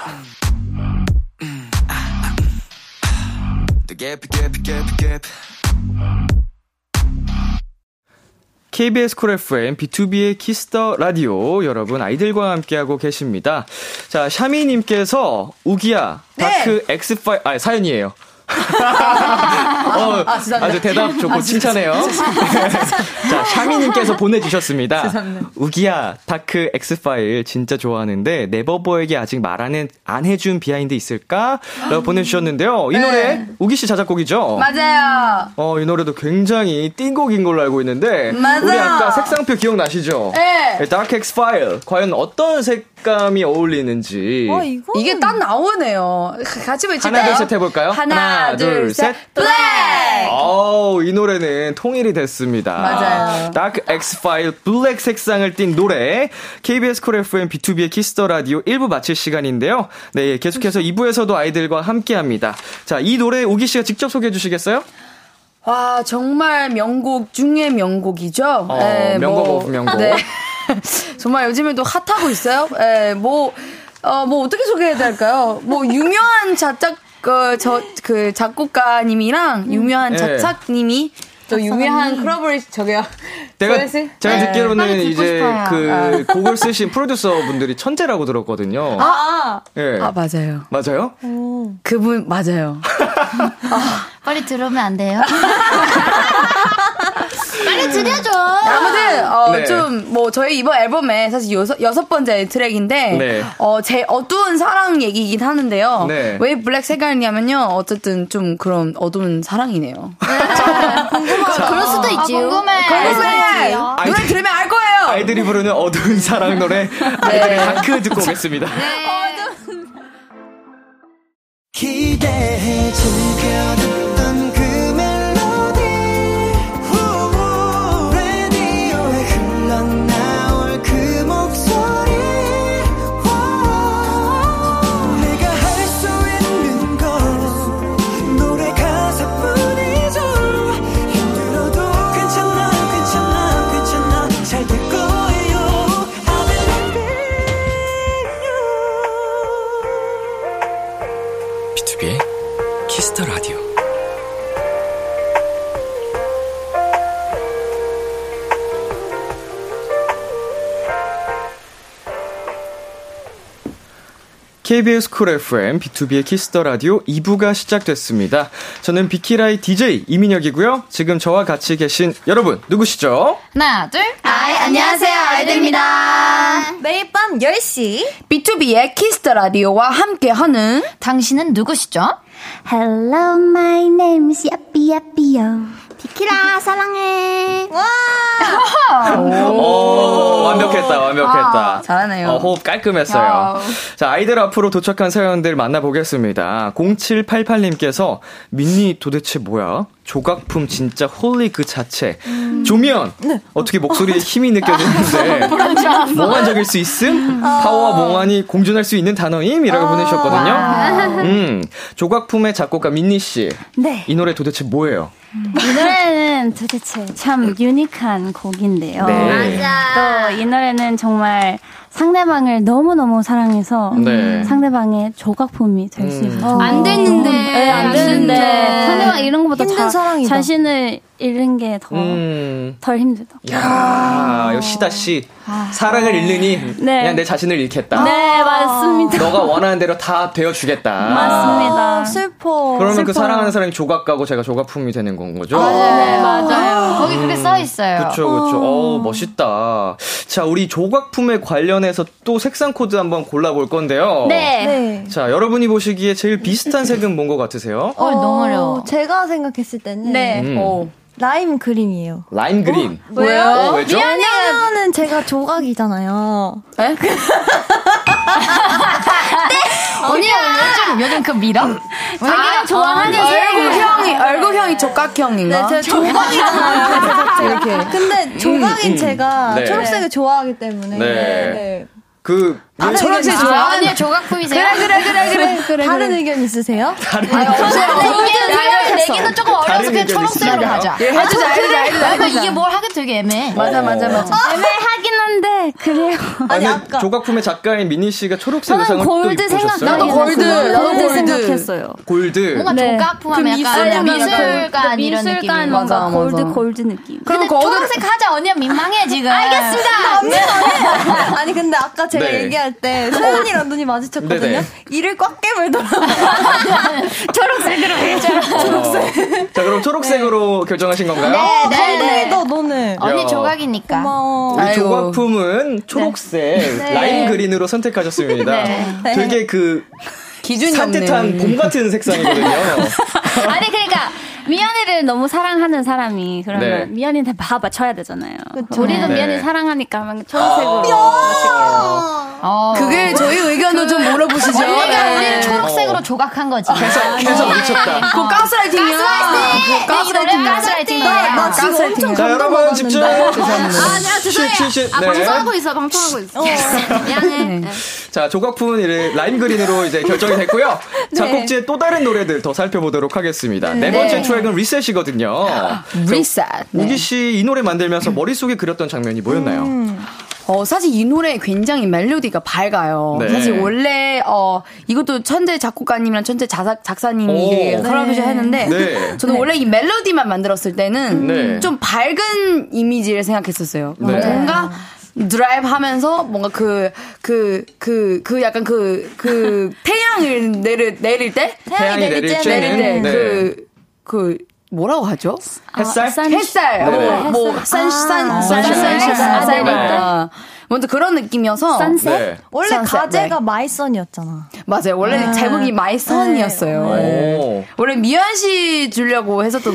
A: KBS 쿨 FM B2B의 키스터 라디오 여러분 아이들과 함께하고 계십니다. 자 샤미님께서 우기야 다크 X 파일 아 사연이에요. 어, 아주 대답 좋고 칭찬해요. 자 샤미님께서 보내주셨습니다. 우기야 다크 X 파일 진짜 좋아하는데 네버버에게 아직 말 안 해, 안 해준 비하인드 있을까?라고 보내주셨는데요. 이 노래 우기 씨 자작곡이죠.
F: 맞아요.
A: 어, 이 노래도 굉장히 띵곡인 걸로 알고 있는데
F: 맞아요.
A: 우리 아까 색상표 기억나시죠?
F: 네.
A: 다크 엑스 파일 과연 어떤 색감이 어울리는지
G: 어, 이거
F: 이게 딱 나오네요. 같이 외칠까요?
A: 하나 둘 셋 해볼까요?
F: 하나, 둘, 셋. 블랙!
A: 어우, 이 노래는 통일이 됐습니다.
F: 맞아요.
A: 다크 엑스 파일 블랙 색상을 띈 노래. KBS 콜 FM B2B의 키스터 라디오 1부 마칠 시간인데요. 네, 계속해서 2부에서도 아이들과 함께 합니다. 자, 이 노래 우기 씨가 직접 소개해 주시겠어요?
F: 와, 아, 정말 명곡 중의 명곡이죠.
A: 어,
F: 예,
A: 명곡 오브 명곡.
F: 정말 요즘에도 핫하고 있어요. 예, 뭐, 어, 뭐 어떻게 소개해야 될까요? 뭐, 유명한 자작, 그, 저, 그, 작곡가님이랑 유명한
A: 예.
F: 작사님이 또 유명한 크러블, 저기요.
A: 내가
F: 조회수?
A: 제가
F: 네.
A: 듣기로는 이제
H: 싶어요.
A: 그 곡을 쓰신 프로듀서 분들이 천재라고 들었거든요. 예.
F: 아, 맞아요.
A: 맞아요?
F: 그분, 맞아요.
H: 빨리 들어오면 안 돼요? 빨리 들려줘.
F: 아무튼 어,
A: 네.
F: 좀 뭐 저희 이번 앨범에 사실 여섯, 여섯 번째 트랙인데
A: 네.
F: 어, 제 어두운 사랑 얘기이긴 하는데요.
A: 네.
F: 왜 블랙 색깔이냐면요. 어쨌든 좀 그런 어두운 사랑이네요.
H: 그럴 수도 있지. 아, 궁금해.
F: 그래 노래 들으면 알 거예요.
A: 아이들이 부르는 어두운 사랑 노래 아이들의 다크 듣고 오겠습니다.
C: 기대해 즐겨 듣던 그 멜로디 후, 라디오에 흘러나올 그 목소리 와, 내가 할 수 있는 건 노래 가사뿐이죠 힘들어도 괜찮아 괜찮아 괜찮아 잘 될 거예요 I believe in you B2B의 키스터 라디오.
A: KBS 쿨 FM B2B의 키스터 라디오 2부가 시작됐습니다. 저는 비키라의 DJ 이민혁이고요. 지금 저와 같이 계신 여러분 누구시죠?
H: 하나, 둘.
D: 아이, 안녕하세요. 아이들입니다.
G: 매일 밤 10시
F: B2B의 키스터 라디오와 함께하는
H: 당신은 누구시죠?
D: Hello, my name is Yappy Yappy Yo. 비키라 사랑해. 와.
A: 오, 완벽했다, 완벽했다.
F: 아, 잘하네요.
A: 어, 호흡 깔끔했어요.
F: 아.
A: 자, 아이들 앞으로 도착한 사연들 만나보겠습니다. 0788님께서, 민니 도대체 뭐야? 조각품 진짜 홀리 그 자체.
F: 음.
A: 조면! 어떻게 목소리에 힘이 느껴지는데. 몽환적일 수 있음? 파워와 몽환이 공존할 수 있는 단어임? 이라고 보내주셨거든요. 음, 조각품의 작곡가 민니씨.
E: 네.
A: 이 노래 도대체 뭐예요?
E: 이 노래는 도대체 참 유니크한 곡인데요.
A: 네.
E: 또 이 노래는 정말 상대방을 너무너무 사랑해서
A: 네.
E: 상대방의 조각품이 될 수
A: 음.
G: 아,
E: 있어요.
H: 네, 안 됐는데.
E: 네, 안 되는데 상대방 이런 것보다
G: 힘든
E: 자,
G: 사랑이다.
E: 자신을 잃는 게 더 덜
A: 음.
E: 힘들다.
A: 야, 이거 시다 씨. 사랑을 잃느니
E: 아. 네.
A: 그냥 내 자신을 잃겠다.
E: 네, 맞습니다.
A: 너가 원하는 대로 다 되어 주겠다.
E: 맞습니다.
G: 아, 슬퍼.
A: 그러면
E: 슬퍼요. 아,
A: 그 사랑하는 사람이 조각가고 제가 조각품이 되는 건 거죠?
H: 네, 맞아요. 거기 그게 써 있어요.
A: 그쵸, 그쵸. 어, 멋있다. 자, 우리 조각품에 관련해서 또 색상 코드 한번 골라볼 건데요.
E: 네.
G: 네.
A: 자, 여러분이 보시기에 제일 비슷한 색은 뭔 것 같으세요?
H: 어, 너무 어려워.
G: 제가 생각했을 때는
F: 네.
A: 음.
G: 라임 그림이에요.
A: 라임 그린.
G: 왜요?
A: 어, 왜죠?
G: 왜냐면은 제가 조각이잖아요.
H: 언니가 요즘 요즘 그 밀어? 자기가 좋아하는
F: 얼굴형이 얼굴형이 조각형인가?
G: 네, 제가 조각이잖아요. 이렇게. 음, 근데 조각인 제가
A: 네.
G: 초록색을 좋아하기 때문에.
A: 네. 그,
E: 아, 네,
G: 다른 의견
A: 초록색
G: 있으세요?
H: 아, 언니 조각품이세요?
G: 아, 그래 그래 그래 그래. 다른 의견 있으세요? 아,
H: 내기는 내기는 조금
A: 다른
H: 어려서 그냥
A: 의견
H: 초록색으로
A: 있으신가요?
H: 가자.
F: 예, 해주자, 해주자, 해주자,
H: 왜냐면
F: 해주자.
H: 이게 뭘 하긴 되게 애매해.
F: 맞아 맞아
A: 어.
F: 맞아.
E: 애매하긴 한데 그래요.
A: 아니, 조각품의 작가인 미니 씨가 초록색 의상을
E: 저는
A: 또
E: 골드
A: 입고
E: 생각.
A: 오셨어요?
F: 나도 골드, 나도
E: 골드
F: 골드.
E: 생각했어요.
A: 골드.
H: 뭔가
E: 네.
H: 조각품하면
F: 그
H: 약간
F: 미술
H: 아, 미술관 이런 느낌.
F: 맞아,
E: 미술관 뭔가
F: 맞아.
E: 골드 골드 느낌.
F: 그럼 그 어느
H: 초록색 하자 언니야 민망해 지금. 알겠습니다.
G: 네. 아니 근데 아까 제가
A: 네.
G: 얘기할 때 소연이랑 눈이 마주쳤거든요.
A: 네네.
G: 이를 꽉 깨물더라고요. 네,
H: 초록색으로 해줘.
A: 어. 자, 그럼 초록색으로 결정하신 건가요?
G: 네, 너 너는
H: 언니
A: 야.
H: 조각이니까.
G: 고마워.
A: 우리
F: 아이고.
A: 조각품은 초록색 라임 그린으로 선택하셨습니다.
G: 네.
A: 되게 그
F: 기준이
A: 산뜻한
F: 없네.
A: 봄 같은 색상이거든요.
E: 아니 그러니까 미연이를 너무 사랑하는 사람이 그러면
A: 네.
E: 미연이한테 봐 맞춰야 되잖아요.
G: 그쵸.
E: 우리도
A: 네.
E: 미연이 사랑하니까 막 초록색으로.
H: 어.
F: 그게 저희 의견도 좀 물어보시죠.
H: 언니가
F: 네.
H: 우리를 초록색으로 조각한 거지. 아, 네.
A: 계속, 계속 미쳤다.
F: 그거 가스라이팅이야. 그거
H: 가스라이팅.
F: 가스라이팅이야.
H: 가스라이팅.
G: 나
H: 나
G: 지금 엄청
A: 자, 여러분 집중!
M: 아니야 죄송해요.
A: 쉿,
M: 아
A: 네.
M: 방송하고 있어 방송하고 있어. 미안해. 네.
A: 자, 조각품은 이제 라임 그린으로 이제 결정이 됐고요. 작곡지의 또 다른 노래들 더 살펴보도록 하겠습니다. 네, 아, 번째 트랙은 리셋이거든요.
F: 리셋. 네.
A: 우기 씨 이 노래 만들면서 머릿속에 그렸던 장면이 뭐였나요?
F: 어, 사실 이 노래 굉장히 멜로디가 밝아요.
A: 네.
F: 사실 원래, 어, 이것도 천재 작곡가님이랑 천재 자사,
A: 오.
F: 작사님이 컬러비를 했는데,
A: 네.
F: 저는 원래 이 멜로디만 만들었을 때는
A: 네.
F: 좀 밝은 이미지를 생각했었어요.
A: 네.
F: 뭔가 드라이브 하면서 뭔가 그, 그, 그, 그 약간 그, 그 태양을 내릴, 내릴 때?
A: 태양이 내릴 때는,
F: 내릴 때,
A: 네.
F: 그, 그, 뭐라고 하죠?
E: 아,
A: 햇살?
F: 햇살,
A: 네네.
F: 뭐,
G: 아,
F: 뭐, 산산, 산산,
A: 산셋.
F: 산산,
A: 네.
F: 있다. 먼저 그런 느낌이어서.
E: 산셋?
A: 네.
G: 원래
F: 선셋,
G: 가제가
F: 네.
G: 마이선이었잖아. 네.
F: 맞아요. 원래 제목이 마이선이었어요. 네.
A: 오.
F: 원래 미연 씨 주려고 했었던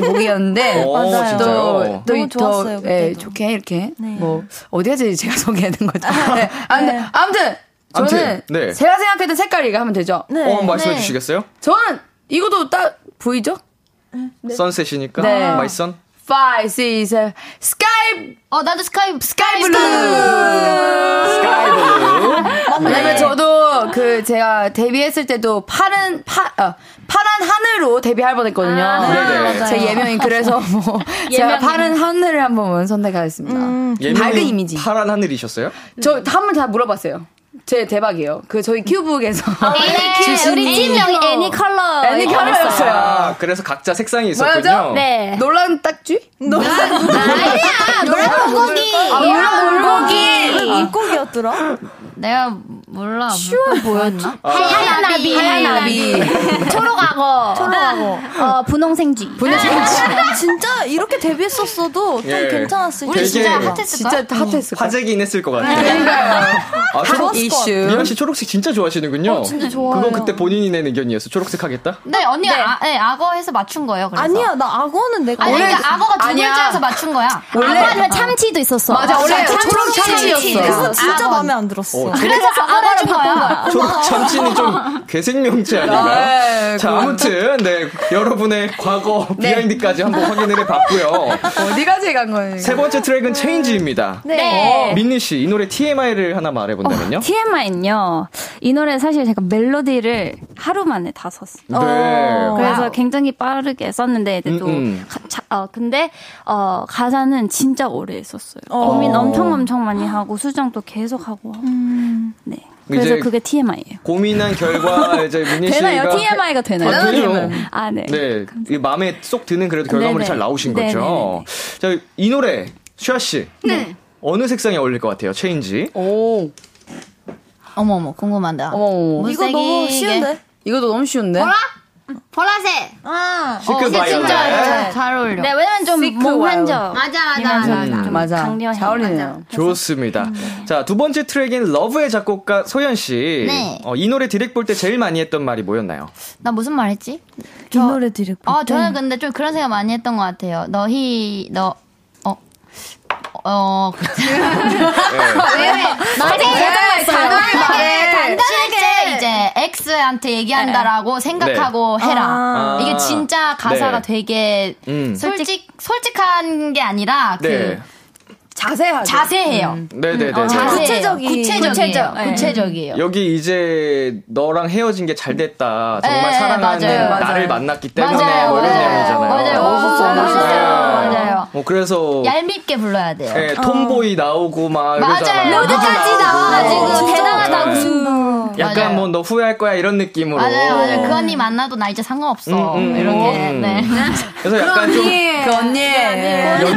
F: 곡이었는데.
A: 오,
G: 맞아요.
A: 진짜요?
F: 또, 또,
G: 너무
F: 이-
G: 좋았어요,
F: 더, 예,
G: 그때도. 네.
F: 좋게, 이렇게. 뭐, 어디까지 제가 소개하는 거죠? 네. 아무튼, 아무튼, 저는,
A: 아무튼, 네.
F: 제가 생각했던 색깔이가 하면 되죠?
G: 네.
A: 어, 말씀해 주시겠어요?
F: 저는, 이것도 딱, 보이죠?
A: 선셋이니까
F: 네.
A: 마이선
F: 5, 6, 7, 스카이,
H: 어 나도 스카이
F: 스카이 블루!
A: 네.
F: 왜냐면 저도 그 제가 데뷔했을 때도 파란 파 어, 파란 하늘로 데뷔할 뻔했거든요.
A: 네네. 맞아요.
F: 제 예명이 그래서 뭐 제가 파란 하늘을 한번 선택하겠습니다. 밝은 이미지.
A: 파란 하늘이셨어요?
F: 저 한 번 다 물어봤어요. 제 대박이에요. 그 저희 큐브에서
E: 애니 네, 우리 팀명이 애니 컬러.
F: 애니 결혼했어요.
A: 아, 그래서 각자 색상이 있었군요.
F: 맞아?
E: 네.
F: 노란 딱지?
H: 아니야 노란 물고기.
F: 아, 노란 물고기.
H: 아.
G: 물고기였더라.
H: 내가 몰라. 슈아 뭐였나?
E: 하얀 나비.
F: 하얀 나비.
E: 초록하고.
H: 아,
E: 초록하고. 어, 분홍생쥐.
G: 아, 진짜 이렇게 데뷔했었어도 좀
A: 예.
G: 괜찮았을
A: 되게
G: 때.
H: 진짜 핫했을까?
F: 진짜 핫했을 것
A: 화제긴 했을 것 같아요.
F: 네.
A: 아,
F: 같아요.
A: 초록
F: 이슈.
A: 미연 씨 초록색 진짜 좋아하시는군요.
F: 어,
A: 진짜 좋아요. 그건 그때 본인이 낸 의견이었어. 초록색 하겠다?
H: 네 언니가 아, 네, 악어 해서 맞춘 거예요. 그래서.
G: 아니야 나 악어는 내가
H: 아니 그러니까 악어가 두
F: 아니야.
H: 글자여서 맞춘 거야.
F: 원래
E: 아니면 참치도 있었어.
F: 맞아 원래
H: 참-
F: 초록
H: 참-
F: 참치였어.
G: 그래서 진짜
H: 악어.
G: 마음에 안 들었어.
A: 어,
H: 그래서 악어를 준 거야.
A: 초록 참치는 좀 괴생명체 아닌가요?
F: 네,
A: 자,
F: 그건-
A: 아무튼, 네. 여러분의 과거
F: 네.
A: 비하인드까지 한번 확인을 해봤고요.
F: 어디가 제가 간 거예요?
A: 세 번째 트랙은 체인지입니다.
E: 네. 어,
A: 어, 민니 씨, 이 노래 TMI를 하나 말해본다면요?
E: TMI는요. 이 노래 사실 제가 멜로디를 하루 만에 다 썼어요.
A: 네.
E: 그래서 굉장히 빠르게 썼는데 이제
A: 음,
E: 또
A: 음.
E: 가- 자- 어, 근데 어, 가사는 진짜 오래 했었어요. 고민 엄청 엄청 많이 하고 수정도 계속 하고. 하고. 네. 그래서
A: 이제
E: 그게 TMI예요.
A: 고민한 결과 이제 민희 씨가
E: 되나요? TMI가 되나요?
G: 어,
A: 아, 되죠.
E: TMI. 아, 네.
A: 네. 이 마음에 쏙 드는 그래도 결과물이
E: 네네.
A: 잘 나오신 거죠. 자, 이 노래 슈아 씨. 네. 어느 색상에 어울릴 것 같아요? 체인지.
H: 오. 어머 어머 궁금한다.
F: 어.
H: 이거 너무 쉬운데?
F: 이것도 너무 쉬운데.
H: 보라?
M: 보라색.
E: 아,
A: 시크 어, 바이올렛.
H: 진짜
F: 네.
H: 잘, 잘 어울려.
E: 네, 왜냐면 좀
F: 시크
E: 몽환적.
F: 와요.
M: 맞아 맞아 맞아.
A: 음.
E: 좀
F: 맞아.
E: 강렬해요.
F: 잘 어울리네요.
A: 좋습니다. 자, 두 번째 트랙인 러브의 작곡가 소연 씨.
H: 네.
A: 어, 이 노래 디렉 볼 때 제일 많이 했던 말이 뭐였나요?
H: 나 무슨 말 했지?
G: 이 노래 드리고.
H: 아, 저는 근데 좀 그런 생각 많이 했던 것 같아요. 너희, 너, 어, 어, 왜?
G: 네.
H: 너희, 네, 단어를
A: 예,
H: 말해. 예, 실제 이제 X한테 얘기한다라고 생각하고 해라.
A: 네. 아.
H: 이게 진짜 가사가
A: 네.
H: 되게
A: 음.
H: 솔직, 솔직한 게 아니라 그
A: 네.
F: 자세하게.
H: 자세해요. 어,
A: 네, 네, 네.
H: 자세해요.
G: 음. 구체적이-
H: 구체적이에요.
G: 구체적. 네.
H: 구체적이에요.
A: 여기 이제 너랑 헤어진 게 잘 됐다. 정말
H: 네,
A: 사랑하는
H: 맞아요, 맞아요.
A: 나를 만났기 때문에
H: 맞아요.
A: 뭐 이런
H: 맞아요.
A: 내용이잖아요.
H: 맞아요.
F: 멋있어요.
H: 맞아요.
A: 네.
H: 맞아요.
A: 뭐 그래서
H: 얄밉게 불러야 돼요.
A: 예,
F: 어.
A: 톰보이 나오고 막
H: 맞아요.
A: 이러잖아요.
H: 로드까지 나와가지고
A: 어, 진짜.
H: 대단하다고.
A: 네. 약간
G: 음.
H: 맞아요.
A: 뭐 너 후회할 거야 이런 느낌으로.
H: 맞아요,
F: 어.
H: 맞아요. 그 언니 만나도 나 이제 상관없어.
A: 음, 음,
H: 이렇게.
A: 음.
H: 네.
A: 그래서 약간 좀
F: 그 언니.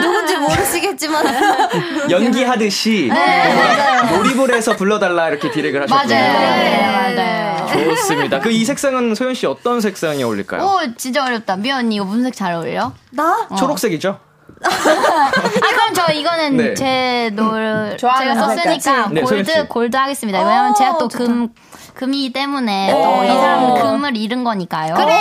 G: 누군지 모르시겠지만
A: 연기하듯이 몰입을 해서 불러달라 이렇게 디렉을
H: 네, 맞아요. 네,
A: 하셨군요.
H: 맞아요.
A: 좋습니다. 그 이 색상은 소연 씨 어떤 색상이 어울릴까요?
H: 오, 진짜 어렵다. 미연 언니, 이거 무슨 색 잘 어울려?
G: 나
A: 초록색이죠?
H: 아, 그럼 저 이거는
A: 네.
H: 제 노를
F: 좋아하는
H: 제가 썼으니까
A: 색깔. 네, 소연 씨.
H: 골드, 골드 하겠습니다. 왜냐면
G: 오,
H: 제가 또 금, 금이기 때문에 또 이 사람은 금을 잃은 거니까요. 그래!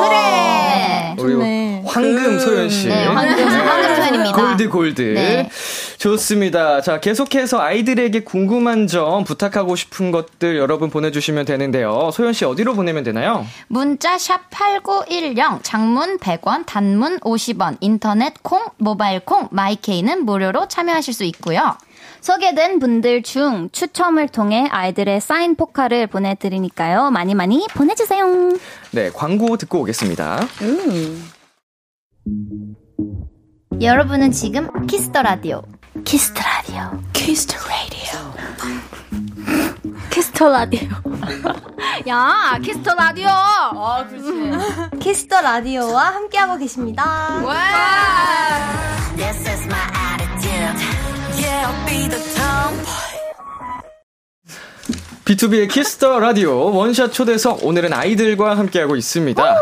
H: 그래!
A: 우리
G: 좋네.
A: 황금 소연 씨.
H: 네, 황금, 황금 편입니다.
A: 골드 골드.
H: 네.
A: 좋습니다. 자, 계속해서 아이들에게 궁금한 점 부탁하고 싶은 것들 여러분 보내주시면 되는데요. 소연 씨 어디로 보내면 되나요?
H: 문자 샵8910 장문 100원 단문 50원 인터넷 콩 모바일 콩 마이케이는 무료로 참여하실 수 있고요.
E: 소개된 분들 중 추첨을 통해 아이들의 사인 포카를 보내드리니까요. 많이 많이 보내주세요.
A: 네, 광고 듣고 오겠습니다.
H: 여러분은 지금 키스터 라디오
E: 키스트 라디오. 키스트 라디오.
M: 야 키스터 라디오.
G: 키스터 라디오와 함께하고 계십니다.
A: B2B의 키스터 라디오 원샷 초대석 오늘은 아이들과 함께하고 있니다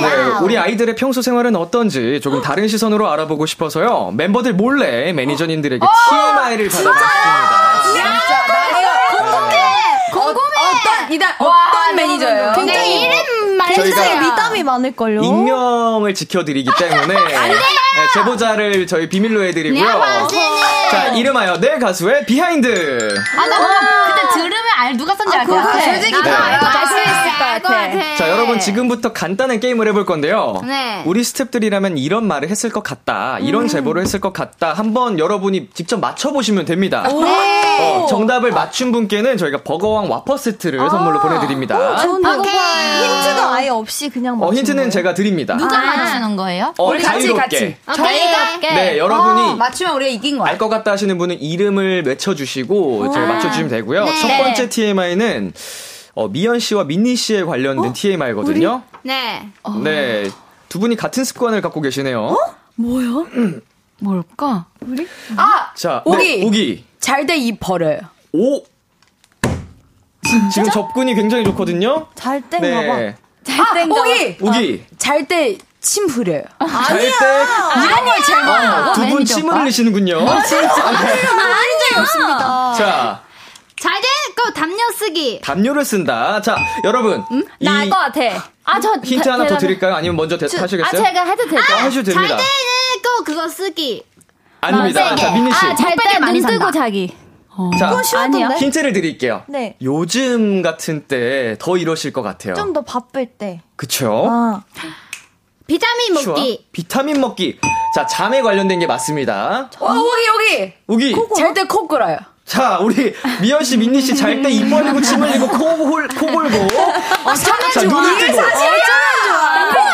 A: 네, 우리 아이들의 평소 생활은 어떤지 조금 다른 시선으로 알아보고 싶어서요. 멤버들 몰래 매니저님들에게 TMI를 받아봤습니다.
F: 진짜 나요. 궁금해. 궁금해. 어, 떤 이단 어떤 매니저예요? 네.
M: 굉장히 이름 말
G: 굉장히
A: 저희가
G: 미담이 많을걸요.
A: 익명을 지켜드리기 때문에 네, 제보자를 저희 비밀로 해드리고요. 자, 이름하여 내 가수의 비하인드.
H: 아, 나 그때 들으면 알, 누가 썼는지 알 것 같아.
F: 솔직히
A: 네.
F: 다 알고
M: 알수
F: 알수 있을 것
M: 있을 것
F: 같아.
M: 같아.
H: 네.
A: 자, 여러분 지금부터 간단한 게임을 해볼 건데요.
M: 네.
A: 우리 스탭들이라면 이런 말을 했을 것 같다. 이런 제보를 했을 것 같다. 한번 여러분이 직접 맞춰보시면 됩니다. 어, 정답을 맞춘 분께는 저희가 버거왕 와퍼 세트를 선물로 보내드립니다.
G: 저는 힌트도 아예 없이 그냥
A: 어, 힌트는
G: 맞추는 거예요.
A: 제가 드립니다.
H: 누가
F: 아.
H: 맞추는 거예요?
A: 어,
F: 우리 같이,
A: 자유롭게.
M: 저희가
A: 네,
F: 아,
A: 여러분이
F: 맞추면 우리가 이긴 거야.
A: 알 것 같다 하시는 분은 이름을 외쳐주시고 제가 맞춰주시면 되고요. 첫 번째 TMI는 어, 미연 씨와 민니 씨에 관련된 TMI거든요.
M: 네.
H: 어.
A: 네. 두 분이 같은 습관을 갖고 계시네요.
H: 뭘까?
F: 아,
A: 자,
F: 오기.
A: 네, 오기.
F: 잘 돼 입 버려요.
A: 오. 지금 접근이 굉장히 좋거든요.
G: 잘 땐가 봐.
A: 네.
F: 아, 오기.
A: 오기.
F: 잘 때 침 흐려요.
A: 잘 때 두 분
H: 아니야! 제일 많아.
A: 침을 흘리시는군요. 자,
M: 잘 되고 담요 쓰기.
A: 담요를 쓴다. 자, 여러분. 이
E: 나 알 것 같아. 아, 저
A: 힌트
E: 대-
A: 하나 더
E: 대답해.
A: 드릴까요? 아니면 먼저 대,
E: 아,
A: 하시겠어요?
E: 제가 해도 되죠?
A: 아, 하셔도
M: 잘
A: 됩니다.
M: 되고 그거 쓰기.
A: 아닙니다. 자, 민니 씨.
E: 아,
M: 햇볕에
E: 잘때눈
M: 많이
E: 뜨고
M: 산다.
E: 자기.
A: 자,
E: 아니요.
A: 힌트를 드릴게요.
G: 네.
A: 요즘 같은 때 더 이러실 것 같아요.
G: 좀 더 바쁠 때.
A: 그쵸?
G: 아,
M: 비타민
A: 슈아?
M: 먹기.
A: 비타민 먹기. 자, 잠에 관련된 게 맞습니다.
F: 어, 아, 오기 오기.
A: 우기.
F: 잘 때 코 끌어요.
A: 자, 우리 미연 씨, 민니 씨 잘 때 입 벌리고 침 흘리고 코, 홀, 코 골고. 자, 눈을 뜨고.
F: 사실이야.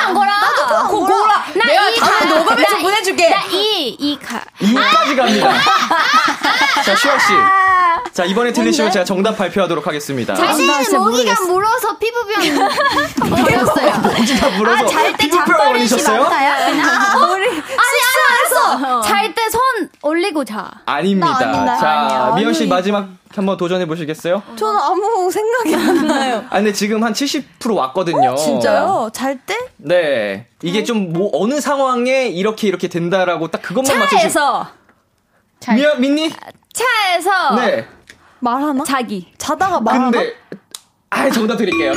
H: 안 거라. 나도
E: 나
F: 고- 고라. 내가 다음 녹음해서 보내줄게.
E: 나이 이가
A: 2까지 어, 갑니다. 자, 슈아씨. 자, 이번에 틀리시면 제가 정답 발표하도록 하겠습니다.
H: 자신은 모기가 물어서 피부병 걸렸어요.
A: 모기가 물어서 피부병 걸리셨어요?
E: 숙소에서 잘 때 손 올리고 자.
A: 아닙니다. 자, 미연 씨 마지막 한번 도전해 보시겠어요?
G: 저는 아무 생각이 안 나요.
A: 아, 근데 지금 한 70% 왔거든요.
G: 진짜요? 잘 때?
A: 어, 네. 이게 좀 뭐 어느 상황에 이렇게 이렇게 된다라고 딱 그것만 맞추시면
E: 차에서
A: 미연 민니?
E: 차에서
A: 네.
G: 말하나?
E: 자기
G: 자다가 말하나?
A: 근데 아, 정답 드릴게요.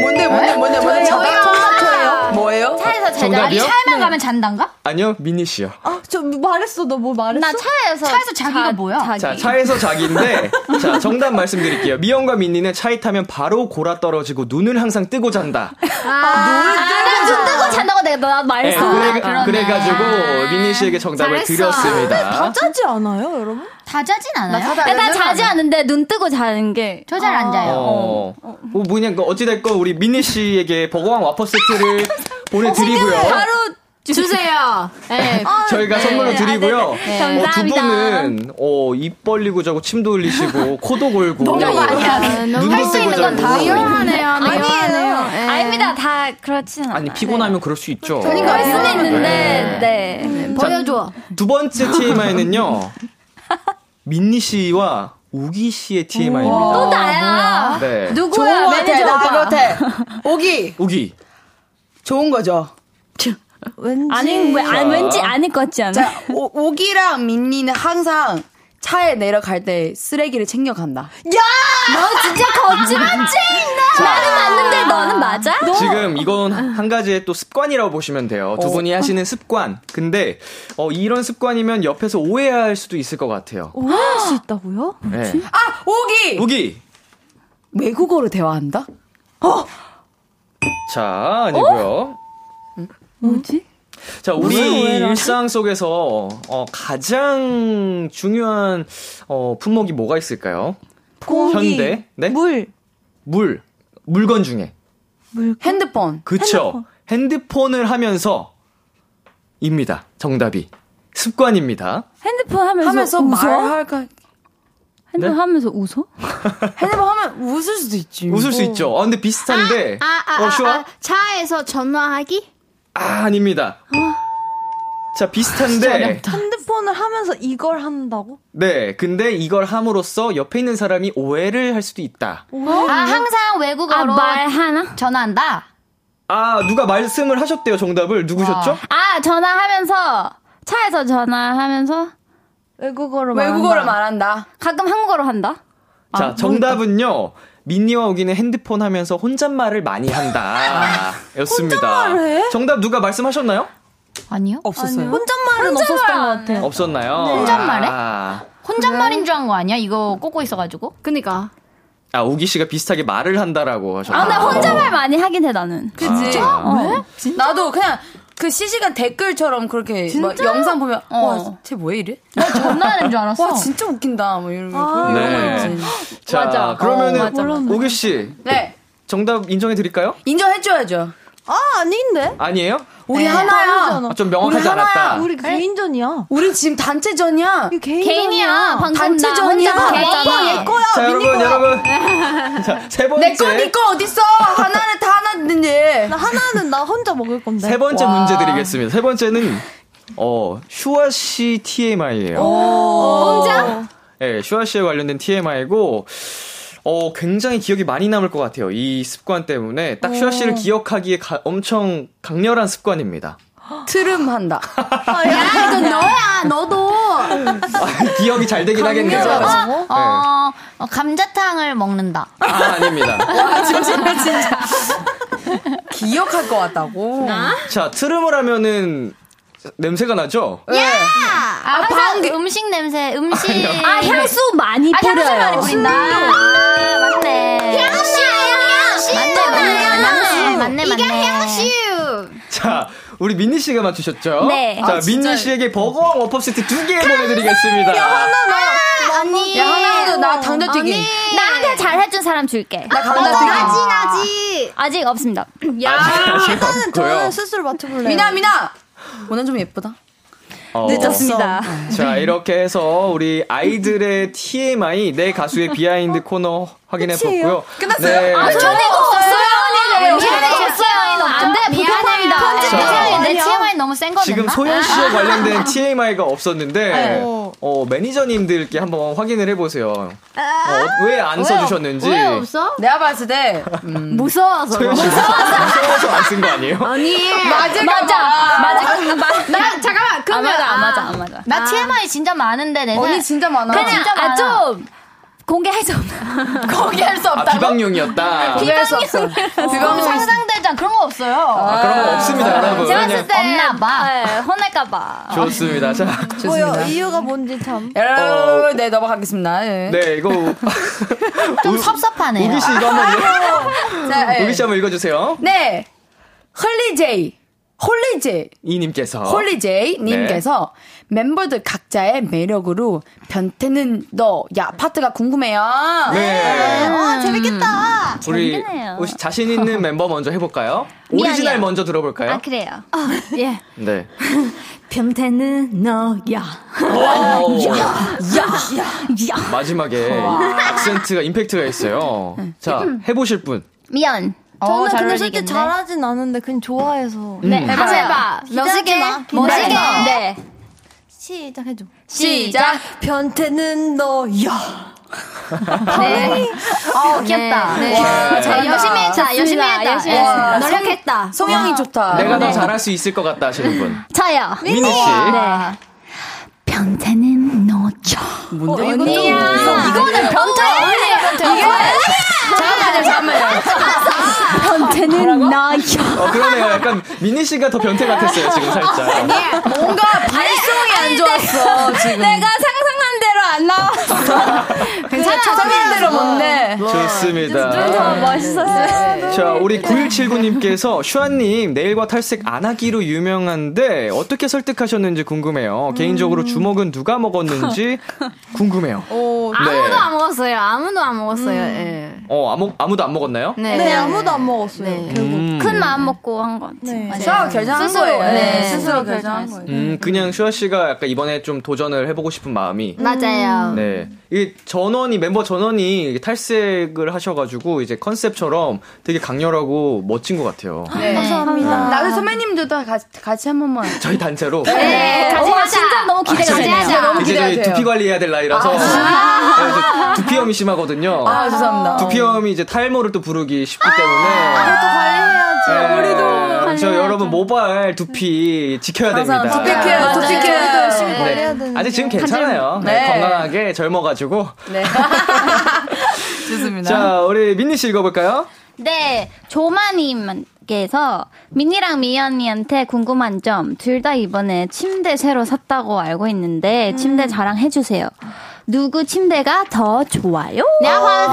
F: 뭔데 뭔데 뭔데 뭔데 정답 정답 저예요. 뭐예요?
H: 차에서 자자. 아니 네.
A: 정답이요?
H: 차에만 가면 잔단가?
A: 아니요, 민니 씨요.
G: 아, 저 말했어. 너 뭐 말했어?
H: 나 차에서 차에서 자기가 뭐야?
A: 자, 차에서 자기인데, 자, 정답 말씀드릴게요. 미영과 민니는 차에 타면 바로 골아 떨어지고 눈을 항상 뜨고 잔다.
H: 나눈 뜨고 잔다고 내가 나
A: 예,
H: 말했어.
A: 그래,
H: 그러네.
A: 가지고 민니 씨에게 정답을
H: 잘했어.
A: 드렸습니다.
G: 다 짜지 않아요, 여러분?
H: 다 자진 않아요?
E: 나 자지 않는데 눈 뜨고 자는 게
H: 저 잘 네. 안 자요.
A: 어, 뭐, 뭐냐, 그 어찌됐건 우리 민니 씨에게 버거왕 와퍼 세트를
H: 어,
A: 보내드리고요.
M: 주세요. 네.
A: 저희가
H: 아,
A: 선물로 드리고요.
H: 네,
A: 어, 두
E: 감사합니다.
A: 분은 어, 입 벌리고 자고 침도 흘리시고 코도 골고 아, 눈도
H: 아, 할수
A: 뜨고
H: 있는 건다
A: 자고.
M: 미안해요. 아니에요.
E: 아, 네. 아닙니다. 다 그렇진 않아요.
A: 아니 피곤하면 그럴 수 있죠.
E: 그럴
H: 그러니까.
E: 수는 있는데 네.
A: 음.
H: 음,
M: 보여줘.
A: 두 번째 TMI는요. 민니 씨와 우기 씨의 TMI입니다.
E: 또
H: 아.
E: 나야.
A: 네.
F: 좋은 거 같아. 나 그거 같아. 오기
A: 우기.
F: 좋은 거죠.
G: 왠지.
E: 아니 왜 아, 왠지 아닐 것 같지 않아?
F: 자 오, 오기랑 민니는 항상 차에 내려갈 때 쓰레기를 챙겨간다.
E: 너 진짜 거짓말쟁이다. 나는 맞는데 너는 맞아?
A: 지금
G: 어.
A: 이건 한 가지의 또 습관이라고 보시면 돼요. 두 분이 하시는 습관. 근데 어, 이런 습관이면 옆에서 오해할 수도 있을 것 같아요.
G: 오해할 수 있다고요?
A: 네.
F: 아 오기
A: 우기.
F: 외국어로 대화한다?
A: 자 아니고요.
G: 어? 뭐지?
A: 자 우리
G: 무슨 오해를 하지?
A: 일상 속에서 어, 가장 중요한 어, 품목이 뭐가 있을까요?
G: 공기,
A: 현대, 네?
G: 물,
A: 물 물건 중에.
F: 핸드폰.
A: 그쵸. 핸드폰. 을 하면서, 입니다. 정답이. 습관입니다.
E: 핸드폰 하면서,
F: 하면서
E: 웃어?
F: 말할까?
E: 핸드폰
A: 네?
E: 하면서 웃어?
F: 핸드폰 하면 웃을 수도 있지.
A: 웃을 수 있죠. 아, 근데 비슷한데.
M: 아, 아, 아,
A: 어, 슈아?
M: 아, 차에서 전화하기?
A: 아, 아닙니다. 자, 비슷한데.
G: 핸드폰을 하면서 이걸 한다고?
A: 네. 근데 이걸 함으로써 옆에 있는 사람이 오해를 할 수도 있다.
H: 아 항상 외국어로
E: 아말 하나?
H: 전화한다.
A: 아, 누가 말씀을 하셨대요. 정답을. 누구셨죠?
E: 아 전화하면서 차에서 전화하면서
G: 외국어로 말한다.
F: 외국어를 말한다.
E: 가끔 한국어로 한다.
A: 자, 정답은요. 민니와 우기는 핸드폰 하면서 혼잣말을 많이 한다. 였습니다.
G: 혼잣말을 해?
A: 정답 누가 말씀하셨나요?
H: 아니요.
F: 없었어요.
G: 혼잣말은 없었던 것 같아요.
A: 없었나요?
H: 혼잣말해?
A: 아.
H: 혼잣말인 줄 한 거 아니야? 이거 꽂고 있어가지고.
M: 그니까.
A: 아 우기 씨가 비슷하게 말을 한다라고
E: 아,
A: 하셨어요.
E: 나 혼잣말 많이 하긴 해, 나는.
F: 그지? 나도 그냥 그 실시간 댓글처럼 그렇게 막 영상 보면 와, 쟤 왜 이래?
H: 전화하는 줄 알았어.
F: 와, 어. 진짜 웃긴다. 뭐 이런 거.
A: 네. 자
E: 맞아.
A: 그러면은
E: 어, 맞아, 맞아.
A: 우기 씨
F: 네.
A: 정답 인정해 드릴까요?
F: 인정해줘야죠.
G: 아, 아닌데?
A: 아니에요?
G: 어,
F: 우리
G: 하나야.
F: 하나야.
A: 아, 좀 명확하지
F: 우리 하나야.
A: 않았다.
G: 우리 개인전이야.
F: 우리 지금 단체전이야.
G: 이거
E: 개인이야. 아, 방금
F: 단체전이야.
E: 나 혼자
F: 오빠
E: 개인이야.
F: 얘 거야.
A: 자
F: 민니
A: 여러분
F: 거야.
A: 여러분 자세 번째
F: 내거 니 거 어딨어? 하나는 다 하나인데.
G: 나 하나는 나 혼자 먹을 건데.
A: 세 번째 문제 드리겠습니다. 세 번째는 어 슈아 씨 TMI예요.
E: 혼자?
A: 예, 슈아 씨에 관련된 TMI고 어 굉장히 기억이 많이 남을 것 같아요. 이 습관 때문에 딱 슈아 씨를 기억하기에 가- 엄청 강렬한 습관입니다.
F: 트름한다. 아,
M: 야, 이거 너야, 너도.
A: 기억이 잘 되긴 하겠네요.
H: 어,
A: 네.
H: 어, 어, 감자탕을 먹는다.
A: 아, 아닙니다.
F: 기억할 것 같다고.
A: 자, 트름을 하면은 냄새가 나죠?
F: 예.
H: 아, 항상 음식 냄새, 음식.
E: 아, 향수 많이
H: 아, 향수 많이
E: 뿌려요.
H: 뿌린다. 아, 맞네. 향수, 향수. 맞네, 맞네, 맞네, 맞네.
M: 이게 향수.
A: 자, 우리 민니 씨가 맞추셨죠?
E: 네.
A: 자,
E: 아,
A: 민니 씨에게 버거와 워퍼 세트 두 개 보내드리겠습니다.
H: 아,
E: 언니.
F: 야, 하나라도 나 당겨뛰기.
E: 언니. 나한테 잘해준 사람 줄게.
F: 나 감자튀김.
E: 아직. 아직 없습니다.
G: 저는, 저는 스스로 맞춰볼래요.
F: 미나 미나. 오늘 좀 예쁘다.
A: 어.
E: 늦었습니다.
A: 자, 이렇게 해서 우리 아이들의 TMI, 내네 가수의 비하인드 코너 확인해 봤고요. 끝났어요? 네.
E: 아, 저는 이거
F: 아,
E: 없었어요. 아, 미안해졌어요. 아,
H: 안 돼, 불편합니다. 내 생각에 아, 내 TMI 너무 센 거였나?
A: 지금 소연 씨와 관련된 TMI가 없었는데,
G: 어.
A: 어, 매니저님들께 한번 확인을 해보세요. 어, 왜 안 써주셨는지.
H: 왜 없어?
F: 내가 봤을 때
G: 음.
E: 무서워서.
A: 소연 씨 무서워서 안 쓴 거 아니에요?
F: 예. 맞을
E: 맞아. 맞아.
M: 나 잠깐만
E: 안
M: 그러면
E: 맞아, 안 맞아, 안 맞아. 네.
H: 나 TMI 진짜 많은데 내
F: 언니
H: 생각.
F: 진짜 많아.
E: 그냥
H: 진짜 많아.
E: 아, 좀 공개해줘.
F: 거기할 수
A: 아, 비방용이었다.
F: 거기할 수 없어.
H: 그럼
F: 그거
H: 상상대장 그런 거 없어요.
A: 아, 그런 거 없습니다, 여러분.
E: 제가 봤을 때
H: 없나 봐.
E: 네, 혼날까봐.
A: 좋습니다. 자, 음.
G: 뭐요? 이유가 뭔지 참.
E: 어.
F: 여러분, 네 넘어가겠습니다. 예.
A: 네, 이거.
H: 좀
A: 우-
H: 섭섭하네요.
A: 우기 씨 이거 한번,
F: 자,
A: 읽-
F: 예.
A: 우기 씨 한번 읽어주세요.
F: 네. 헐리제이. 홀리제이.
A: 이님께서.
F: 홀리제이 님께서
A: 네.
F: 멤버들 각자의 매력으로 변태는 너 야 파트가 궁금해요.
A: 네.
H: 어,
G: 아, 재밌겠다.
A: 우리
E: 재밌네요.
A: 혹시 자신 있는 멤버 먼저 해볼까요? 오리지널 먼저 들어볼까요?
E: 아, 그래요. 예.
A: 네.
B: 변태는 너야
A: 오,
F: 야.
A: 마지막에 악센트가 임팩트가 있어요. 자 해보실 분.
H: 미연.
G: 저는
H: 어, 잘
G: 근데 솔직히
H: 어울리겠네.
G: 잘하진 않은데 그냥 좋아해서.
A: 네.
E: 한번
H: 해봐.
G: 멋지게.
H: 멋지게.
E: 멋지게. 네.
G: 시작해줘.
F: 시작.
G: 변태는 너야.
E: 네.
H: 어, 귀엽다.
E: 네.
A: 와,
H: 자,
F: 잘한다.
H: 열심히 했다. 열심히 했다.
E: 열심히
H: 예.
E: 했습니다.
F: 성-
E: 노력했다.
F: 성향이 좋다.
E: 어,
A: 내가 더 잘할 수 있을 것 같다 하시는 분.
E: 저요.
A: 민희 씨.
E: 네. 변태는 너죠.
F: 뭔데 어, 이거 좀
E: 이거는 변태예요.
F: 잠깐만요. 잠깐만요.
E: 변태는 나요.
A: 어 그러네요. 약간 민희 씨가 더 변태 같았어요 지금 살짝.
F: 뭔가 발성이 안 좋았어 지금.
E: 내가 상상한 대로 안 나왔어.
F: 괜찮아. 초상대로 뭔데.
E: 어,
A: 좋습니다.
E: 멋있었어요.
A: 자 우리 9179님께서 슈아님 네일과 탈색 안 하기로 유명한데 어떻게 설득하셨는지 궁금해요. 개인적으로 주먹은 누가 먹었는지 궁금해요.
G: 어.
M: 아무도 안 먹었어요. 아무도 안 먹었어요. 예.
A: 어 아무 아무도 안 먹었나요?
M: 네.
G: 네, 아무도 안 먹었어요. 결국.
A: 음.
E: 큰 마음 먹고 한 건. 네.
F: 스스로 결정한
M: 스스로,
F: 거예요.
M: 네.
F: 스스로 결정한 거예요.
A: 음, 그냥 슈아 씨가 약간 이번에 좀 도전을 해보고 싶은 마음이.
M: 맞아요.
A: 네. 이 전원이, 멤버 전원이 이게 탈색을 하셔가지고, 이제 컨셉처럼 되게 강렬하고 멋진 것 같아요.
G: 네. 감사합니다.
F: 나도 선배님들도 같이, 같이 한 번만.
A: 저희 단체로.
E: 네.
M: 같이
E: 와,
M: 하자.
E: 진짜 너무 기대가
M: 같이
E: 되네요.
M: 하자.
F: 너무
A: 이제
F: 기대가
A: 저희
F: 돼요.
A: 두피 관리해야 될 나이라서. 네, 이제 두피염이 심하거든요.
F: 아, 죄송합니다.
A: 두피염이 이제 탈모를 또 부르기 쉽기 때문에.
G: 관리해야지.
A: 우리도. 저 여러분 모발 두피 지켜야 됩니다.
H: 네,
F: 두피 케어, 두피 케어.
A: 네.
G: 해야 되는데.
A: 아직 지금 괜찮아요.
F: 네.
A: 네, 건강하게 젊어가지고.
F: 네. 좋습니다.
A: 자, 우리 민니 씨 읽어볼까요?
E: 네, 조마님께서 민니랑 미연이한테 궁금한 점 둘 다 이번에 침대 새로 샀다고 알고 있는데 침대 자랑 해주세요. 누구 침대가 더 좋아요? 어.
M: 내가 봤을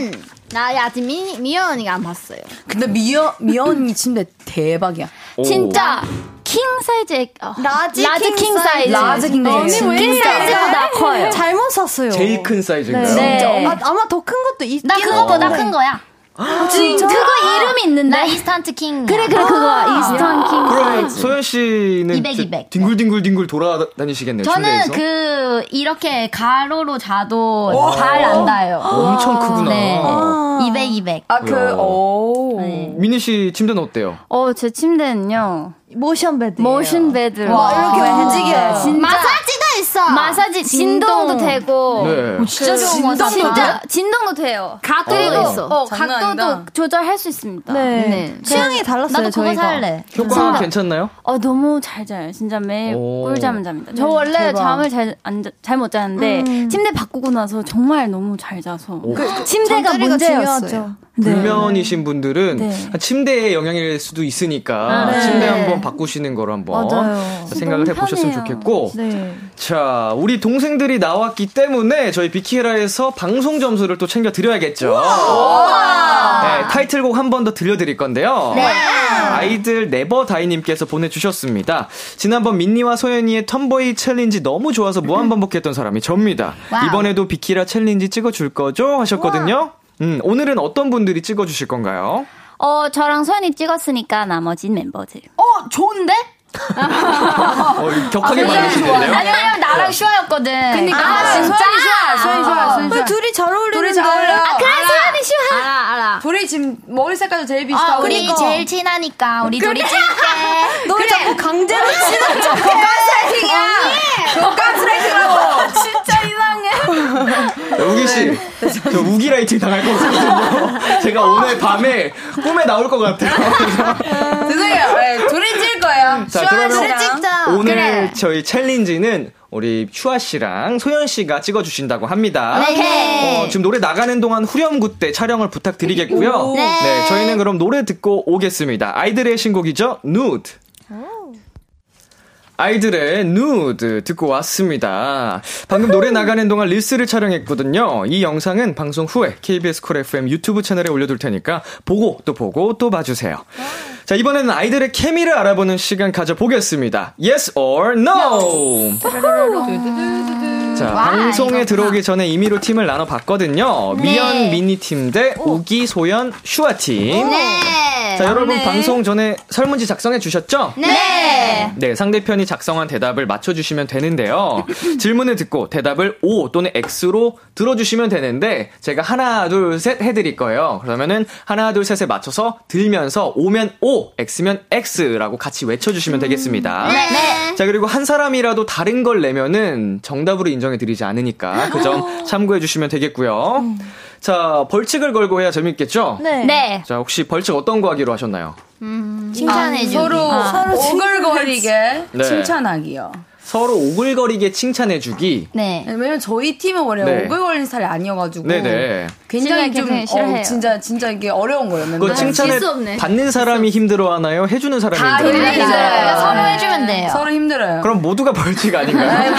H: 음.
M: 때는 나 아직 미, 미연 언니가 안 봤어요.
F: 근데 미연, 미연 언니 침대 대박이야.
E: 진짜 킹 사이즈 어,
G: 라지
E: 라지
G: 킹
E: 킹
G: 사이즈.
F: 라지
E: 사이즈
H: 어,
F: 킹 사이즈.
E: 네.
F: 언니 왜
E: 킹
F: 진짜
E: 사이즈보다 커요.
G: 잘못 샀어요.
A: 제일 큰 사이즈인가요?
E: 네.
G: 진짜. 아, 아마 더 큰 것도 있긴 아,
H: 나 그거보다
G: 한데.
H: 큰 거야.
G: 진짜?
E: 그거 이름이
H: 나
E: 있는데
H: 이스턴트 킹.
E: 그래 그래 그거 이스턴 킹
A: 그러면 소연 씨는
H: 200,
A: 이제
H: 200.
A: 뒹굴뒹굴뒹굴 돌아다니시겠네요.
H: 저는
A: 침대에서.
H: 그 이렇게 가로로 자도 잘 안 닿아요.
A: 엄청 크구나.
H: 네. 200, 200.
F: 아, 그,
A: 뭐야.
F: 오.
A: 민희 씨 침대는 어때요?
E: 어, 제 침대는요.
G: 모션 베드.
E: 모션 베드.
G: 막 이렇게 움직여요.
H: 마사지도 있어. 그
E: 마사지 진동도 되고.
A: 네.
H: 진짜 좋은 거 같다.
E: 진짜 진동도 돼요.
M: 각도도
E: 그리고
M: 있어.
E: 어,
F: 장난
E: 각도도
F: 아니다.
E: 조절할 수 있습니다.
G: 네. 취향이
H: 그
G: 달랐어요,
H: 나도 그거
G: 저희가.
H: 살래.
A: 효과 괜찮나요?
E: 어 너무 잘 자요. 진짜 매일
A: 오.
E: 꿀잠을 잡니다. 저 원래
F: 네, 대박. 음.
E: 잠을 잘안잘못 자는데 침대 바꾸고 나서 정말 너무 잘 자서
G: 그
E: 그 침대가
G: 잠자리가
E: 문제였어요.
G: 중요하죠.
A: 불면이신 분들은 아, 침대의 영향일 수도 있으니까
E: 네.
A: 침대 한번 바꾸시는 거로 한번
G: 맞아요.
A: 생각을
E: 너무
A: 해보셨으면
E: 편해요.
A: 좋겠고
G: 네.
A: 자 우리 동생들이 나왔기 때문에 저희 비키라에서 방송 점수를 또 챙겨 드려야겠죠. 아. 네, 타이틀곡 한 번 더 들려드릴 건데요. 아이들 네버다이님께서 보내주셨습니다. 지난번 민니와 소연이의 텀보이 챌린지 너무 좋아서 무한반복했던 사람이 접니다.
H: 와우.
A: 이번에도 비키라 챌린지 찍어줄 거죠? 하셨거든요. 음, 오늘은 어떤 분들이 찍어주실 건가요?
E: 어, 저랑 소연이 찍었으니까 나머지 멤버들.
F: 어, 좋은데?
A: 어, 격하게 말해주시는데요?
H: 왜냐면 나랑 슈아였거든.
F: 그니까.
H: 아, 진짜?
F: 그러니까.
H: 어.
F: 소연이 좋아, 소연이 좋아, 소연이 좋아.
G: 둘이 잘 어울리는데.
F: 둘이 잘 어울려.
H: 아, 그래, 소연이 슈아. 알아, 알아.
F: 둘이 지금 머리 색깔도 제일 비슷하고. 그러니까.
H: 아, 우리 제일 친하니까 우리 둘이 친해.
G: 너 자꾸 강제로 친한 척.
H: 아,
F: 그거 가스라이팅하고.
G: 진짜 이상해.
A: 우기 씨, 저 우기 라이팅 당할 것 같아요. 제가 오늘 밤에 꿈에 나올 것 같아요.
F: 죄송해요. 네, 둘이 찍을 거예요.
A: 음, 자,
F: 시원한
A: 그러면
F: 시간.
A: 오늘 저희 챌린지는 우리 슈아 씨랑 소연 씨가 찍어주신다고 합니다.
H: 네.
A: 어, 지금 노래 나가는 동안 후렴구 때 촬영을 부탁드리겠고요.
H: 네.
A: 저희는 그럼 노래 듣고 오겠습니다. 아이들의 신곡이죠, 누드. 아이들의 누드 듣고 왔습니다. 방금 노래 나가는 동안 릴스를 촬영했거든요. 이 영상은 방송 후에 KBS 콜 FM 유튜브 채널에 올려둘 테니까 보고 또 보고 또 봐주세요. 자 이번에는 아이들의 케미를 알아보는 시간 가져보겠습니다. Yes or No. 자
H: 와,
A: 방송에
H: 이거구나.
A: 들어오기 전에 임의로 팀을 나눠 봤거든요. 미연 미니 팀 대 우기 소연 슈아 팀.
H: 네.
A: 자 여러분 방송 전에 설문지 작성해 주셨죠?
H: 네.
A: 네, 상대편이 작성한 대답을 맞춰주시면 되는데요. 질문을 듣고 대답을 O 또는 X로 들어주시면 되는데, 제가 하나, 둘, 셋 해드릴 거예요. 그러면은 하나, 둘, 셋에 맞춰서 들면서 O면 O, X면 X라고 같이 외쳐주시면 되겠습니다.
H: 음. 네.
A: 자, 그리고 한 사람이라도 다른 걸 내면은 정답으로 인정해드리지 않으니까 그 점 참고해주시면 되겠고요. 자, 벌칙을 걸고 해야 재밌겠죠?
G: 네.
H: 음. 네.
A: 자, 혹시 벌칙 어떤 거 하기로 하셨나요?
F: 네,
H: 칭찬해주기. 어.
F: 서로 오글거리게
A: 네.
F: 칭찬하기요.
A: 서로 오글거리게 칭찬해주기.
H: 네.
F: 왜냐면 저희 팀은 원래
A: 네.
F: 오글거리는 스타일이 아니어가지고
A: 네네.
F: 굉장히
E: 진짜
F: 좀
E: 되게
F: 어,
E: 싫어해요.
F: 진짜 진짜 이게 어려운 거였는데
A: 그 칭찬을
M: 질수 없네.
A: 받는 사람이 힘들어하나요? 해주는 사람이
F: 다
A: 힘들어하나요?
F: 힘들어요.
H: 그러니까 서로 해주면 돼요.
F: 네. 서로 힘들어요. 네,
A: 그럼 네. 모두가 벌칙 아닌가요?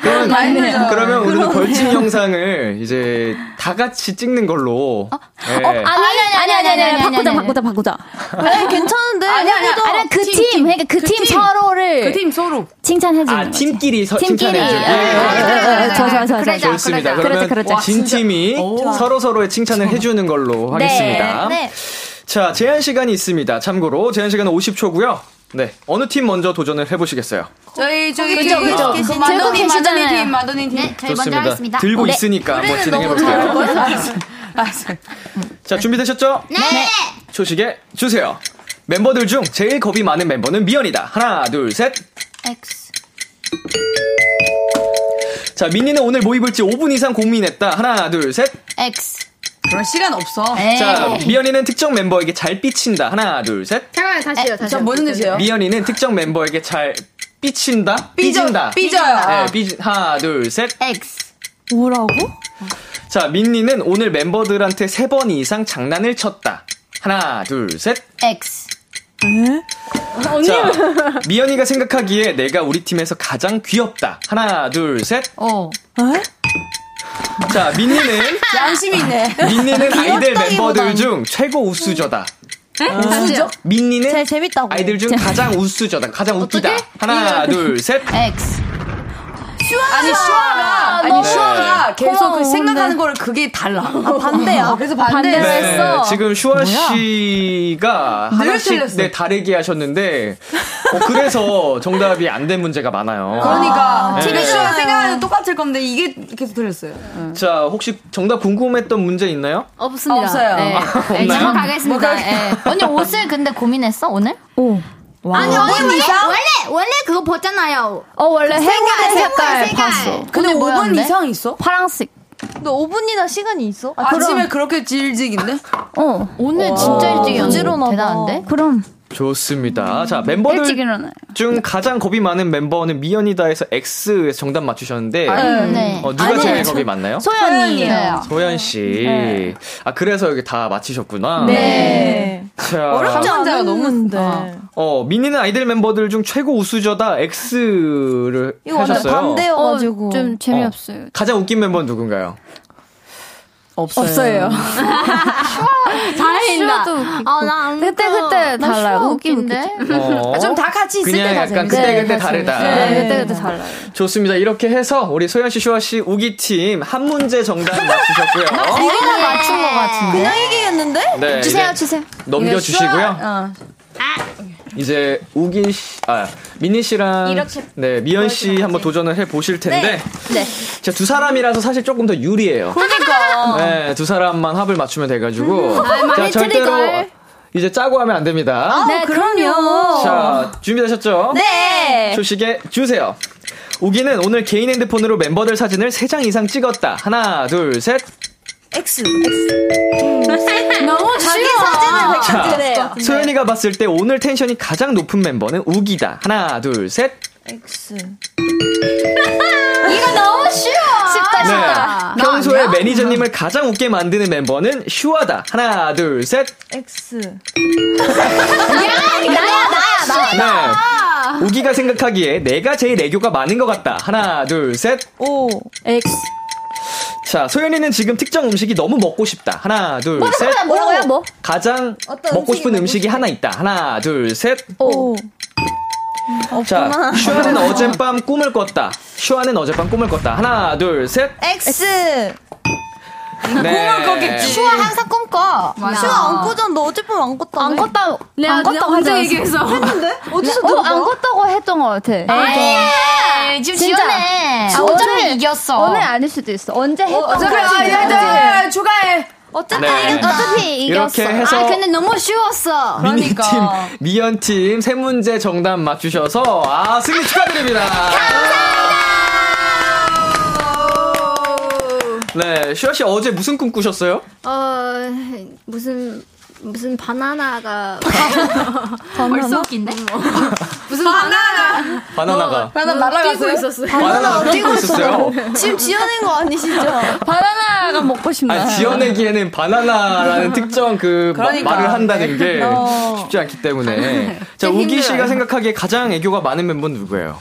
A: 그러면,
F: 맞네요.
A: 그러면 오늘 벌칙 영상을 이제 다 같이 찍는 걸로. 네.
E: 어, 아니, 아니, 아니, 아니, 아니, 바꾸자, 바꾸자, 바꾸자.
G: 아니, 괜찮은데.
F: 아니, 아니,
G: 그래도
E: 아니, 그 팀, 그러니까 그 팀
F: 그
E: 서로를
F: 팀 서로
E: 칭찬해주는
A: 아,
E: 거지.
A: 팀끼리 서,
E: 팀끼리.
A: 칭찬해주기.
E: 아, 그래, 그래, 그래, 그래. 좋아, 좋아, 좋아, 좋아.
H: 그러자,
A: 좋습니다.
H: 그러자.
A: 그러면
E: 그러자, 그러자. 와,
A: 진 팀이 서로 서로의 칭찬을 해주는 걸로 하겠습니다.
G: 네.
A: 자, 제한 시간이 있습니다. 참고로 제한 시간은 50초고요. 네, 어느 팀 먼저 도전을 해보시겠어요?
F: 저희 저기
E: 그죠, 그죠.
F: 그
E: 들고
F: 마더니 마더니
E: 계시잖아요.
F: 팀 마더니 팀.
H: 네, 저희 먼저 하겠습니다.
A: 들고
H: 네.
A: 있으니까 한번 진행해볼게요. 자, 준비되셨죠?
H: 네.
A: 초식에 주세요. 멤버들 중 제일 겁이 많은 멤버는 미연이다. 하나, 둘, 셋.
H: X.
A: 자, 민니는 오늘 뭐 입을지 5분 이상 고민했다. 하나, 둘, 셋.
H: X.
F: 그럴 시간 없어.
E: 네.
H: 에이.
A: 자, 미연이는 특정 멤버에게 잘 삐친다. 하나, 둘, 셋.
H: 네.
M: 잠깐만 다시요 다시요.
F: 저 무슨 뜻이에요?
A: 미연이는 특정 멤버에게 잘 삐친다. 삐진다.
F: 삐져 삐져요.
H: 아.
A: 네, 삐 하나, 둘, 셋.
H: X.
G: 뭐라고?
A: 자, 민니는 오늘 멤버들한테 3번 이상 장난을 쳤다. 하나, 둘, 셋.
H: X.
A: 자, 미연이가 생각하기에 내가 우리 팀에서 가장 귀엽다. 하나, 둘, 셋.
H: O.
A: 자, 민니는
F: 양심이 있네.
A: 아, 민니는 아이들
G: 귀엽다기보단.
A: 멤버들 중 최고 우수저다.
F: 무죠?
A: 민니는
G: 제일 재밌다고.
A: 아이들 중 가장 우수저다. 가장 웃기다. 하나, 둘, 셋.
H: X.
F: 아니 슈아가 아니 슈아가 계속 그
G: 고마워,
F: 생각하는 거를 그게 달라. 어,
G: 반대야.
F: 그래서 반대를
G: 반대를
A: 네,
G: 했어.
A: 지금 슈아 씨가
F: 늘
A: 하나씩
F: 틀렸어.
A: 네, 다르게 하셨는데 어, 그래서 정답이 안 된 문제가 많아요.
F: 그러니까
A: 네.
F: TV 슈아 생각하는 똑같을 건데 이게 계속 들렸어요. 응.
A: 자, 혹시 정답 궁금했던 문제 있나요?
M: 없습니다.
F: 없어요.
M: 네.
H: 네,
A: 없나요?
H: 지금 가겠습니다. 예. 언니 옷을 근데 고민했어 오늘?
M: 아니 원래 원래 원래 그거 보잖아요.
E: 어, 원래
H: 그
E: 해골의 색깔
M: 색깔.
E: 봤어.
F: 근데
H: 오늘
F: 5분
H: 뭐였는데?
F: 이상 있어?
E: 파랑색.
G: 너 5분이나 시간이 있어? 아,
F: 아침에 그렇게 질직인데?
E: 어.
H: 오늘 진짜 일찍
G: 부지런하다.
H: 일어났는데 대단한데?
E: 그럼
A: 좋습니다. 자, 멤버들
E: 일찍 일어나요.
A: 중 가장 겁이 많은 멤버는 미연이다에서 X에서 정답 맞추셨는데
H: 네.
A: 어, 누가 제일 겁이 많나요?
H: 소연이에요.
A: 소연 씨.
F: 네.
A: 아 그래서 여기 다 맞히셨구나.
G: 네.
A: 자,
F: 어렵죠?
G: 혼자가 너무
A: 어 민이는 아이들 멤버들 중 최고 우수저다 X를
G: 이거 완전
A: 하셨어요.
G: 반대여가지고.
E: 좀 재미없어요.
A: 가장 웃긴 멤버는 누군가요?
N: 없어요.
G: 없어요.
A: 네.
E: 다행이다. 아, 나
G: 그때 그때 달라요. 웃긴데.
A: 어.
F: 아, 좀다 같이 있을
A: 그냥
F: 때다
A: 약간
F: 재밌어요.
A: 그때그때
F: 네, 다
A: 다르다.
F: 재밌어요.
A: 네,
E: 그때그때 달라요.
A: 좋습니다. 이렇게 해서 우리 소연 씨, 슈아 씨, 우기 팀 한 문제 정답
F: 아,
A: 맞추셨고요.
E: 이거나 맞춘 것 같은데.
G: 그냥 얘기했는데?
A: 네,
E: 주세요,
A: 이제
E: 주세요.
G: 네,
E: 네,
A: 넘겨주시고요.
G: 어.
A: 이제 우기 씨, 아 민희 씨랑
E: 이렇게
A: 네 미연 씨 한번 도전을 해 보실 텐데,
E: 네.
A: 제가 두 사람이라서 사실 조금 더 유리해요.
G: 그러니까.
A: 네, 두 사람만 합을 맞추면 돼가지고,
E: 아, 많이 틀릴 걸.
A: 이제 짜고 하면 안 됩니다.
E: 네, 그럼요.
A: 자, 준비되셨죠?
E: 네.
A: 초식에 주세요. 우기는 오늘 개인 핸드폰으로 멤버들 사진을 3장 이상 찍었다. 하나, 둘, 셋.
N: X.
G: 너무 어, 아. 자기 사진을
E: 아,
A: 자,
E: 네.
H: 네.
G: 백화점에요.
A: 소연이가 봤을 때 오늘 텐션이 가장 높은 멤버는 우기다. 하나, 둘, 셋.
G: X.
E: 이거 너무 쉬워. 쉽다,
A: 네.
E: 쉽다.
A: 평소에 매니저님을 가장 웃게 만드는 멤버는 슈아다. 하나, 둘, 셋.
G: X.
E: 나야, 나야, 나.
A: 네. 우기가 생각하기에 내가 제일 애교가 많은 것 같다. 하나, 둘, 셋.
G: O.
E: X.
A: 자, 소연이는 지금 특정 음식이 너무 먹고 싶다. 하나, 둘, 셋.
G: 아,
E: 뭐라고요, 뭐?
A: 가장
G: 어떤
A: 먹고 싶은
G: 음식이
A: 음식이 하나 있다. 하나, 둘, 셋.
G: O.
A: 자,
G: 없구나.
A: 슈아는 어젯밤 꿈을 꿨다. 슈아는 어젯밤 꿈을 꿨다. 하나, 둘, 셋. 네.
G: X.
A: 꿈을 꿨겠지.
H: 네. 슈아 항상 꿈꿔.
G: 슈아 네. 안 꽂아. 너 어젯밤 안 꽂다.
E: 안 껐다고, 안 껐다고
N: 혼자
E: 하지
N: 얘기해서.
G: 했는데? 어디서
E: 않았어? 어,
G: 누가?
E: 안 껐다고 했던 것 같아. 네.
H: 네. 에이, 예. 지금
E: 진짜.
H: 지원해.
E: 아,
H: 어차피
E: 오늘-
H: 이겼어.
E: 오늘 아닐 수도 있어. 언제 했던 거
F: 그래, 아, 예, 추가해.
G: 어쨌든
A: 네.
G: 이게
H: 어차피
A: 이렇게
H: 이겼어.
A: 해서
H: 아, 근데 너무 쉬웠어.
A: 미니팀, 미연팀 세 문제 정답 맞추셔서 아 승리 축하드립니다. 네, 슈아 씨 어제 무슨 꿈 꾸셨어요?
M: 어 무슨 무슨 바나나가
N: 벌써 웃긴데? 무슨 바나나.
A: 바나나가
F: 바나 날아갔어요.
G: 뭐,
A: 바나나가 뛰고 있었어요.
G: 지금 지어낸 거 아니시죠?
E: 바나나가
F: 음.
E: 먹고 싶나?
A: 아니, 지어내기에는 바나나라는 특정 그 마-
F: 그러니까.
A: 말을 한다는 게
G: 어.
A: 쉽지 않기 때문에 자 우기 씨가 생각하기에 가장 애교가 많은 멤버는 누구예요?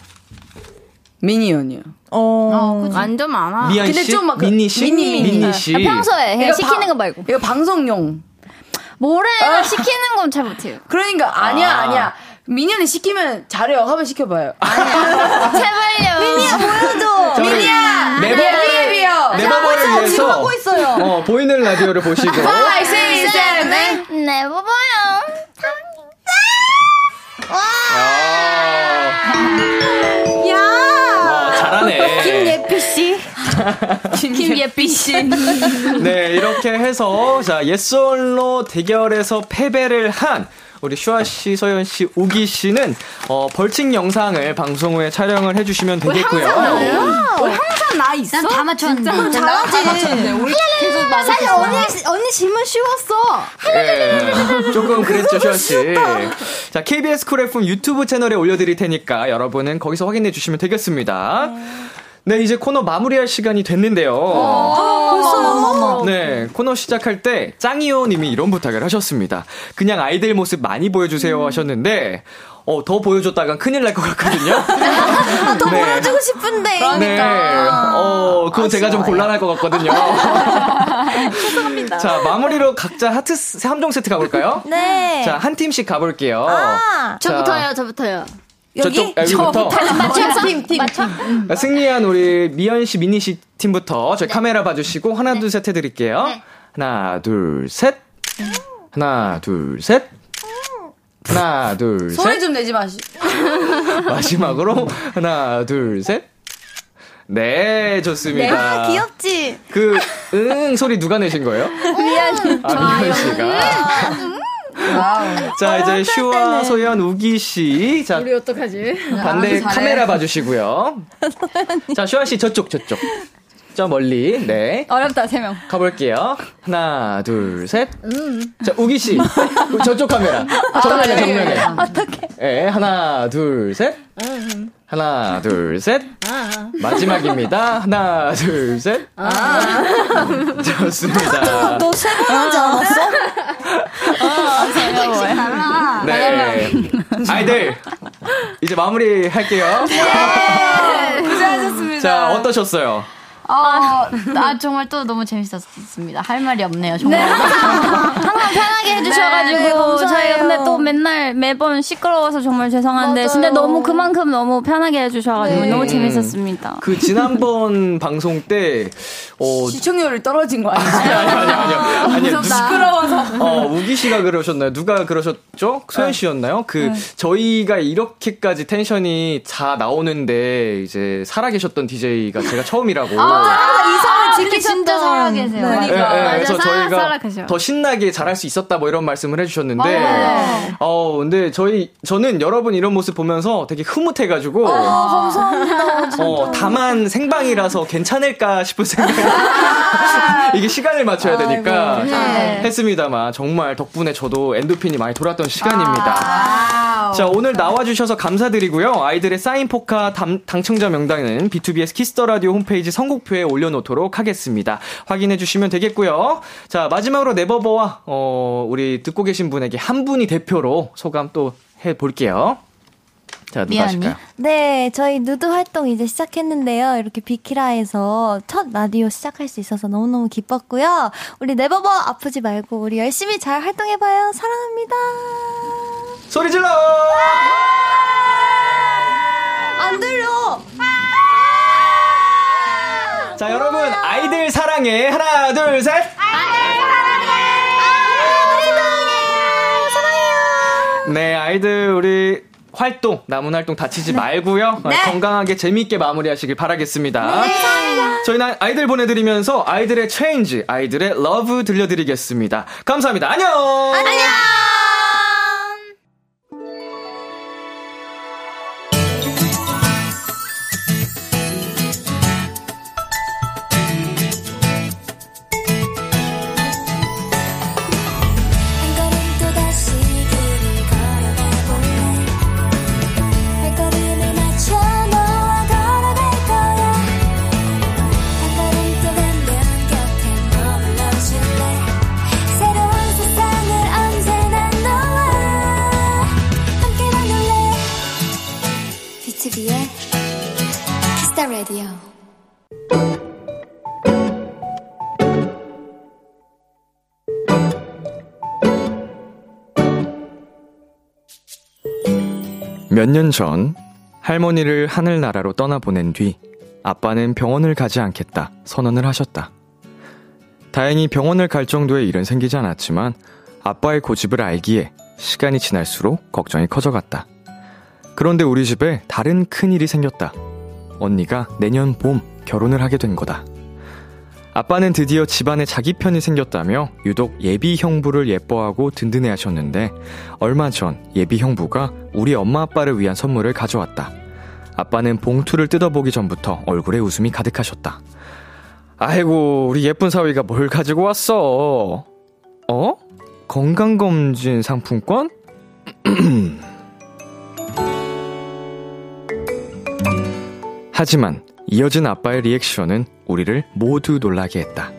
F: 미니언이요.
E: 그러니까
G: 어.
N: 완전 많아.
A: 미연
F: 근데
A: 씨,
F: 좀막 그-
A: 민니 씨,
F: 민니.
A: 민니 씨.
E: 평소에 그냥
F: 이거
E: 시키는
F: 바-
E: 거 말고.
F: 이거 방송용.
E: 뭐래? 나 시키는 건 잘 못해요.
F: 그러니까 아니야
A: 아.
F: 아. 니야 미니언이 시키면 잘해요. 한번 시켜봐요.
E: 제발요.
G: 보여줘.
A: 저희 네버버를
F: 미니언이요.
A: 네버버를
G: 지금
A: 위해서
G: 하고 있어요.
A: 어 보이는 라디오를 보시고
F: 세븐.
E: 네, 뭐 봐요.
A: 아,
G: 야.
A: 아, 잘하네.
G: 김예피 씨.
N: 김예삐 씨.
A: 네, 이렇게 해서 자, 예솔로 대결에서 패배를 한 우리 슈아 씨, 서현 씨, 우기 씨는 어, 벌칙 영상을 방송 후에 촬영을 해 주시면 되겠고요.
F: 항상 나 있어.
H: 난 다 맞췄는데.
G: 음, 잘하지.
H: 사실 언니, 언니 질문 쉬웠어.
A: 예, 조금 그랬죠, 슈아 씨. 자, KBS 쿨 FM 유튜브 채널에 올려 드릴 테니까 여러분은 거기서 확인해 주시면 되겠습니다. 네, 이제 코너 마무리할 시간이 됐는데요.
G: 어, 벌써요? 어, 뭐
A: 네, 코너 시작할 때 짱이요 님이 이런 부탁을 하셨습니다. 그냥 아이들 모습 많이 보여주세요 하셨는데, 어, 더 보여줬다간 큰일 날 것 같거든요.
G: 더
A: 네.
G: 보여주고 싶은데.
A: 네. 어, 그건 제가 좀 곤란할 것 같거든요. 죄송합니다. 자, 마무리로 각자 하트 3종 세트 가볼까요?
G: 네.
A: 자, 한 팀씩 가볼게요.
G: 아,
A: 저부터요.
M: 저부터요.
G: 여기?
A: 저쪽, 여기부터.
G: 맞춰서 팀, 팀.
A: 승리한 우리 미연 씨, 미니 씨 팀부터 저희 카메라 봐주시고 하나, 둘, 셋 해드릴게요. 하나, 둘, 셋. 하나, 둘, 셋. 하나, 둘,
F: 소리
A: 셋.
F: 좀 내지 마시.
A: 마지막으로 하나, 둘, 셋. 네, 좋습니다.
G: 아, 귀엽지?
A: 그, 응 소리 누가 내신 거예요? 미연. 아, 미연 씨가. 자, 이제 슈와 소연, 우기 씨. 자,
M: 우리 어떡하지?
A: 반대 카메라 봐주시고요. 자, 슈아 씨 저쪽, 저쪽. 저 멀리, 네.
E: 어렵다, 세 명.
A: 가볼게요. 하나, 둘, 셋. 자, 우기 씨. 저쪽 카메라.
G: 아,
A: 정면에,
G: 네.
A: 정면에. 어떻게? 예, 하나, 둘, 셋. 하나, 둘, 셋. 마지막입니다. 하나, 둘, 셋. 좋습니다.
G: 너 세 번 하지 않았어?
F: 아,
G: 아,
A: 네. 아이들, 이제 마무리 할게요.
G: 예!
F: 고생하셨습니다.
A: 자, 어떠셨어요?
H: 아, 나 정말 또 너무 재밌었습니다. 할 말이 없네요. 정말.
E: 항상 편하게 해주셔가지고
H: 네, 감사해요.
E: 저희 근데 또 맨날 매번 시끄러워서 정말 죄송한데 근데 너무 그만큼 너무 편하게 해주셔가지고
A: 네.
E: 너무
A: 음.
E: 재밌었습니다.
A: 그 지난번 방송 때 어,
F: 시청률이 떨어진 거 아니지?
A: 아니요. 아니요.
F: 무섭다.
A: 누-
F: 시끄러워서.
A: 어, 우기 씨가 그러셨나요? 누가 그러셨죠?
F: 네.
A: 소연 씨였나요? 그 저희가 이렇게까지 텐션이 다 나오는데 이제 살아 계셨던 DJ가 제가 처음이라고.
F: 아,
H: 이성을
G: 아, 지키셨던-
H: 진짜 살아계세요.
G: 네.
A: 예, 예, 그래서 저희가
H: 살아계세요.
A: 더 신나게 잘할 수 있었다 뭐 이런 말씀을 해주셨는데
H: 맞아요.
A: 어 근데 저희 저는 여러분 이런 모습 보면서 되게 흐뭇해가지고
G: 감사합니다.
A: 어, 다만 생방이라서 괜찮을까 싶은 생각. 이게 시간을 맞춰야 되니까
G: 아이고, 네.
A: 했습니다만 정말 덕분에 저도 엔도핀이 많이 돌았던 시간입니다. 자 오늘 나와주셔서 감사드리고요. 아이들의 사인 포카 담- 당첨자 명단은 B2B's 키스터 라디오 홈페이지 선곡표에 올려놓도록 하겠습니다. 확인해 주시면 되겠고요. 자 마지막으로 네버버와 어, 우리 듣고 계신 분에게 한 분이 대표로 소감 또 해볼게요. 자 누가 하실까요?
G: 네, 저희 누드 활동 이제 시작했는데요. 이렇게 비키라에서 첫 라디오 시작할 수 있어서 너무너무 기뻤고요. 우리 네버버 아프지 말고 우리 열심히 잘 활동해봐요. 사랑합니다.
A: 소리 질러!
G: 안 들려!
A: 자 여러분 아이들 사랑해 하나 둘 셋. 네, 아이들 우리 활동, 남은 활동 다치지 말고요. 어, 건강하게 재미있게 마무리하시길 바라겠습니다. 저희는 아이들 보내드리면서 아이들의 체인지, 아이들의 러브 들려드리겠습니다. 감사합니다. 안녕!
O: 한 걸음 또다시 길을 걸어가볼래 발걸음을 맞춰 너와 걸어갈 거야 한 걸음 또 가면 곁에 머물러줄래 새로운 세상을 언제나 너와 함께 만들래 BTOB의 키스타 라디오
A: 몇 년 전 할머니를 하늘나라로 떠나보낸 뒤 아빠는 병원을 가지 않겠다 선언을 하셨다. 다행히 병원을 갈 정도의 일은 생기지 않았지만 아빠의 고집을 알기에 시간이 지날수록 걱정이 커져갔다. 그런데 우리 집에 다른 큰 일이 생겼다. 언니가 내년 봄 결혼을 하게 된 거다. 아빠는 드디어 집안에 자기 편이 생겼다며 유독 예비 형부를 예뻐하고 든든해 하셨는데 얼마 전 예비 형부가 우리 엄마 아빠를 위한 선물을 가져왔다. 아빠는 봉투를 뜯어보기 전부터 얼굴에 웃음이 가득하셨다. 아이고, 우리 예쁜 사위가 뭘 가지고 왔어? 어? 건강검진 상품권? 하지만 이어진 아빠의 리액션은 우리를 모두 놀라게 했다.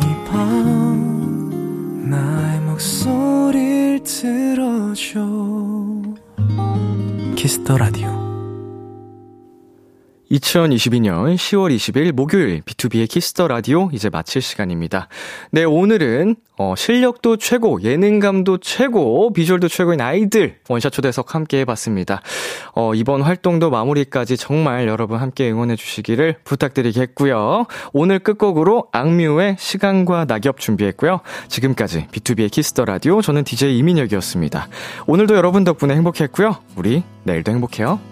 C: 이 밤 나의 목소리를 들어줘 키스터 라디오
A: 2022년 10월 20일 목요일 B2B의 키스터 라디오 이제 마칠 시간입니다. 네, 오늘은 어, 실력도 최고, 예능감도 최고, 비주얼도 최고인 아이들 원샷 초대석 함께 해봤습니다. 어, 이번 활동도 마무리까지 정말 여러분 함께 응원해 주시기를 부탁드리겠고요. 오늘 끝곡으로 악뮤의 시간과 낙엽 준비했고요. 지금까지 B2B의 키스터 라디오 저는 DJ 이민혁이었습니다. 오늘도 여러분 덕분에 행복했고요. 우리 내일도 행복해요.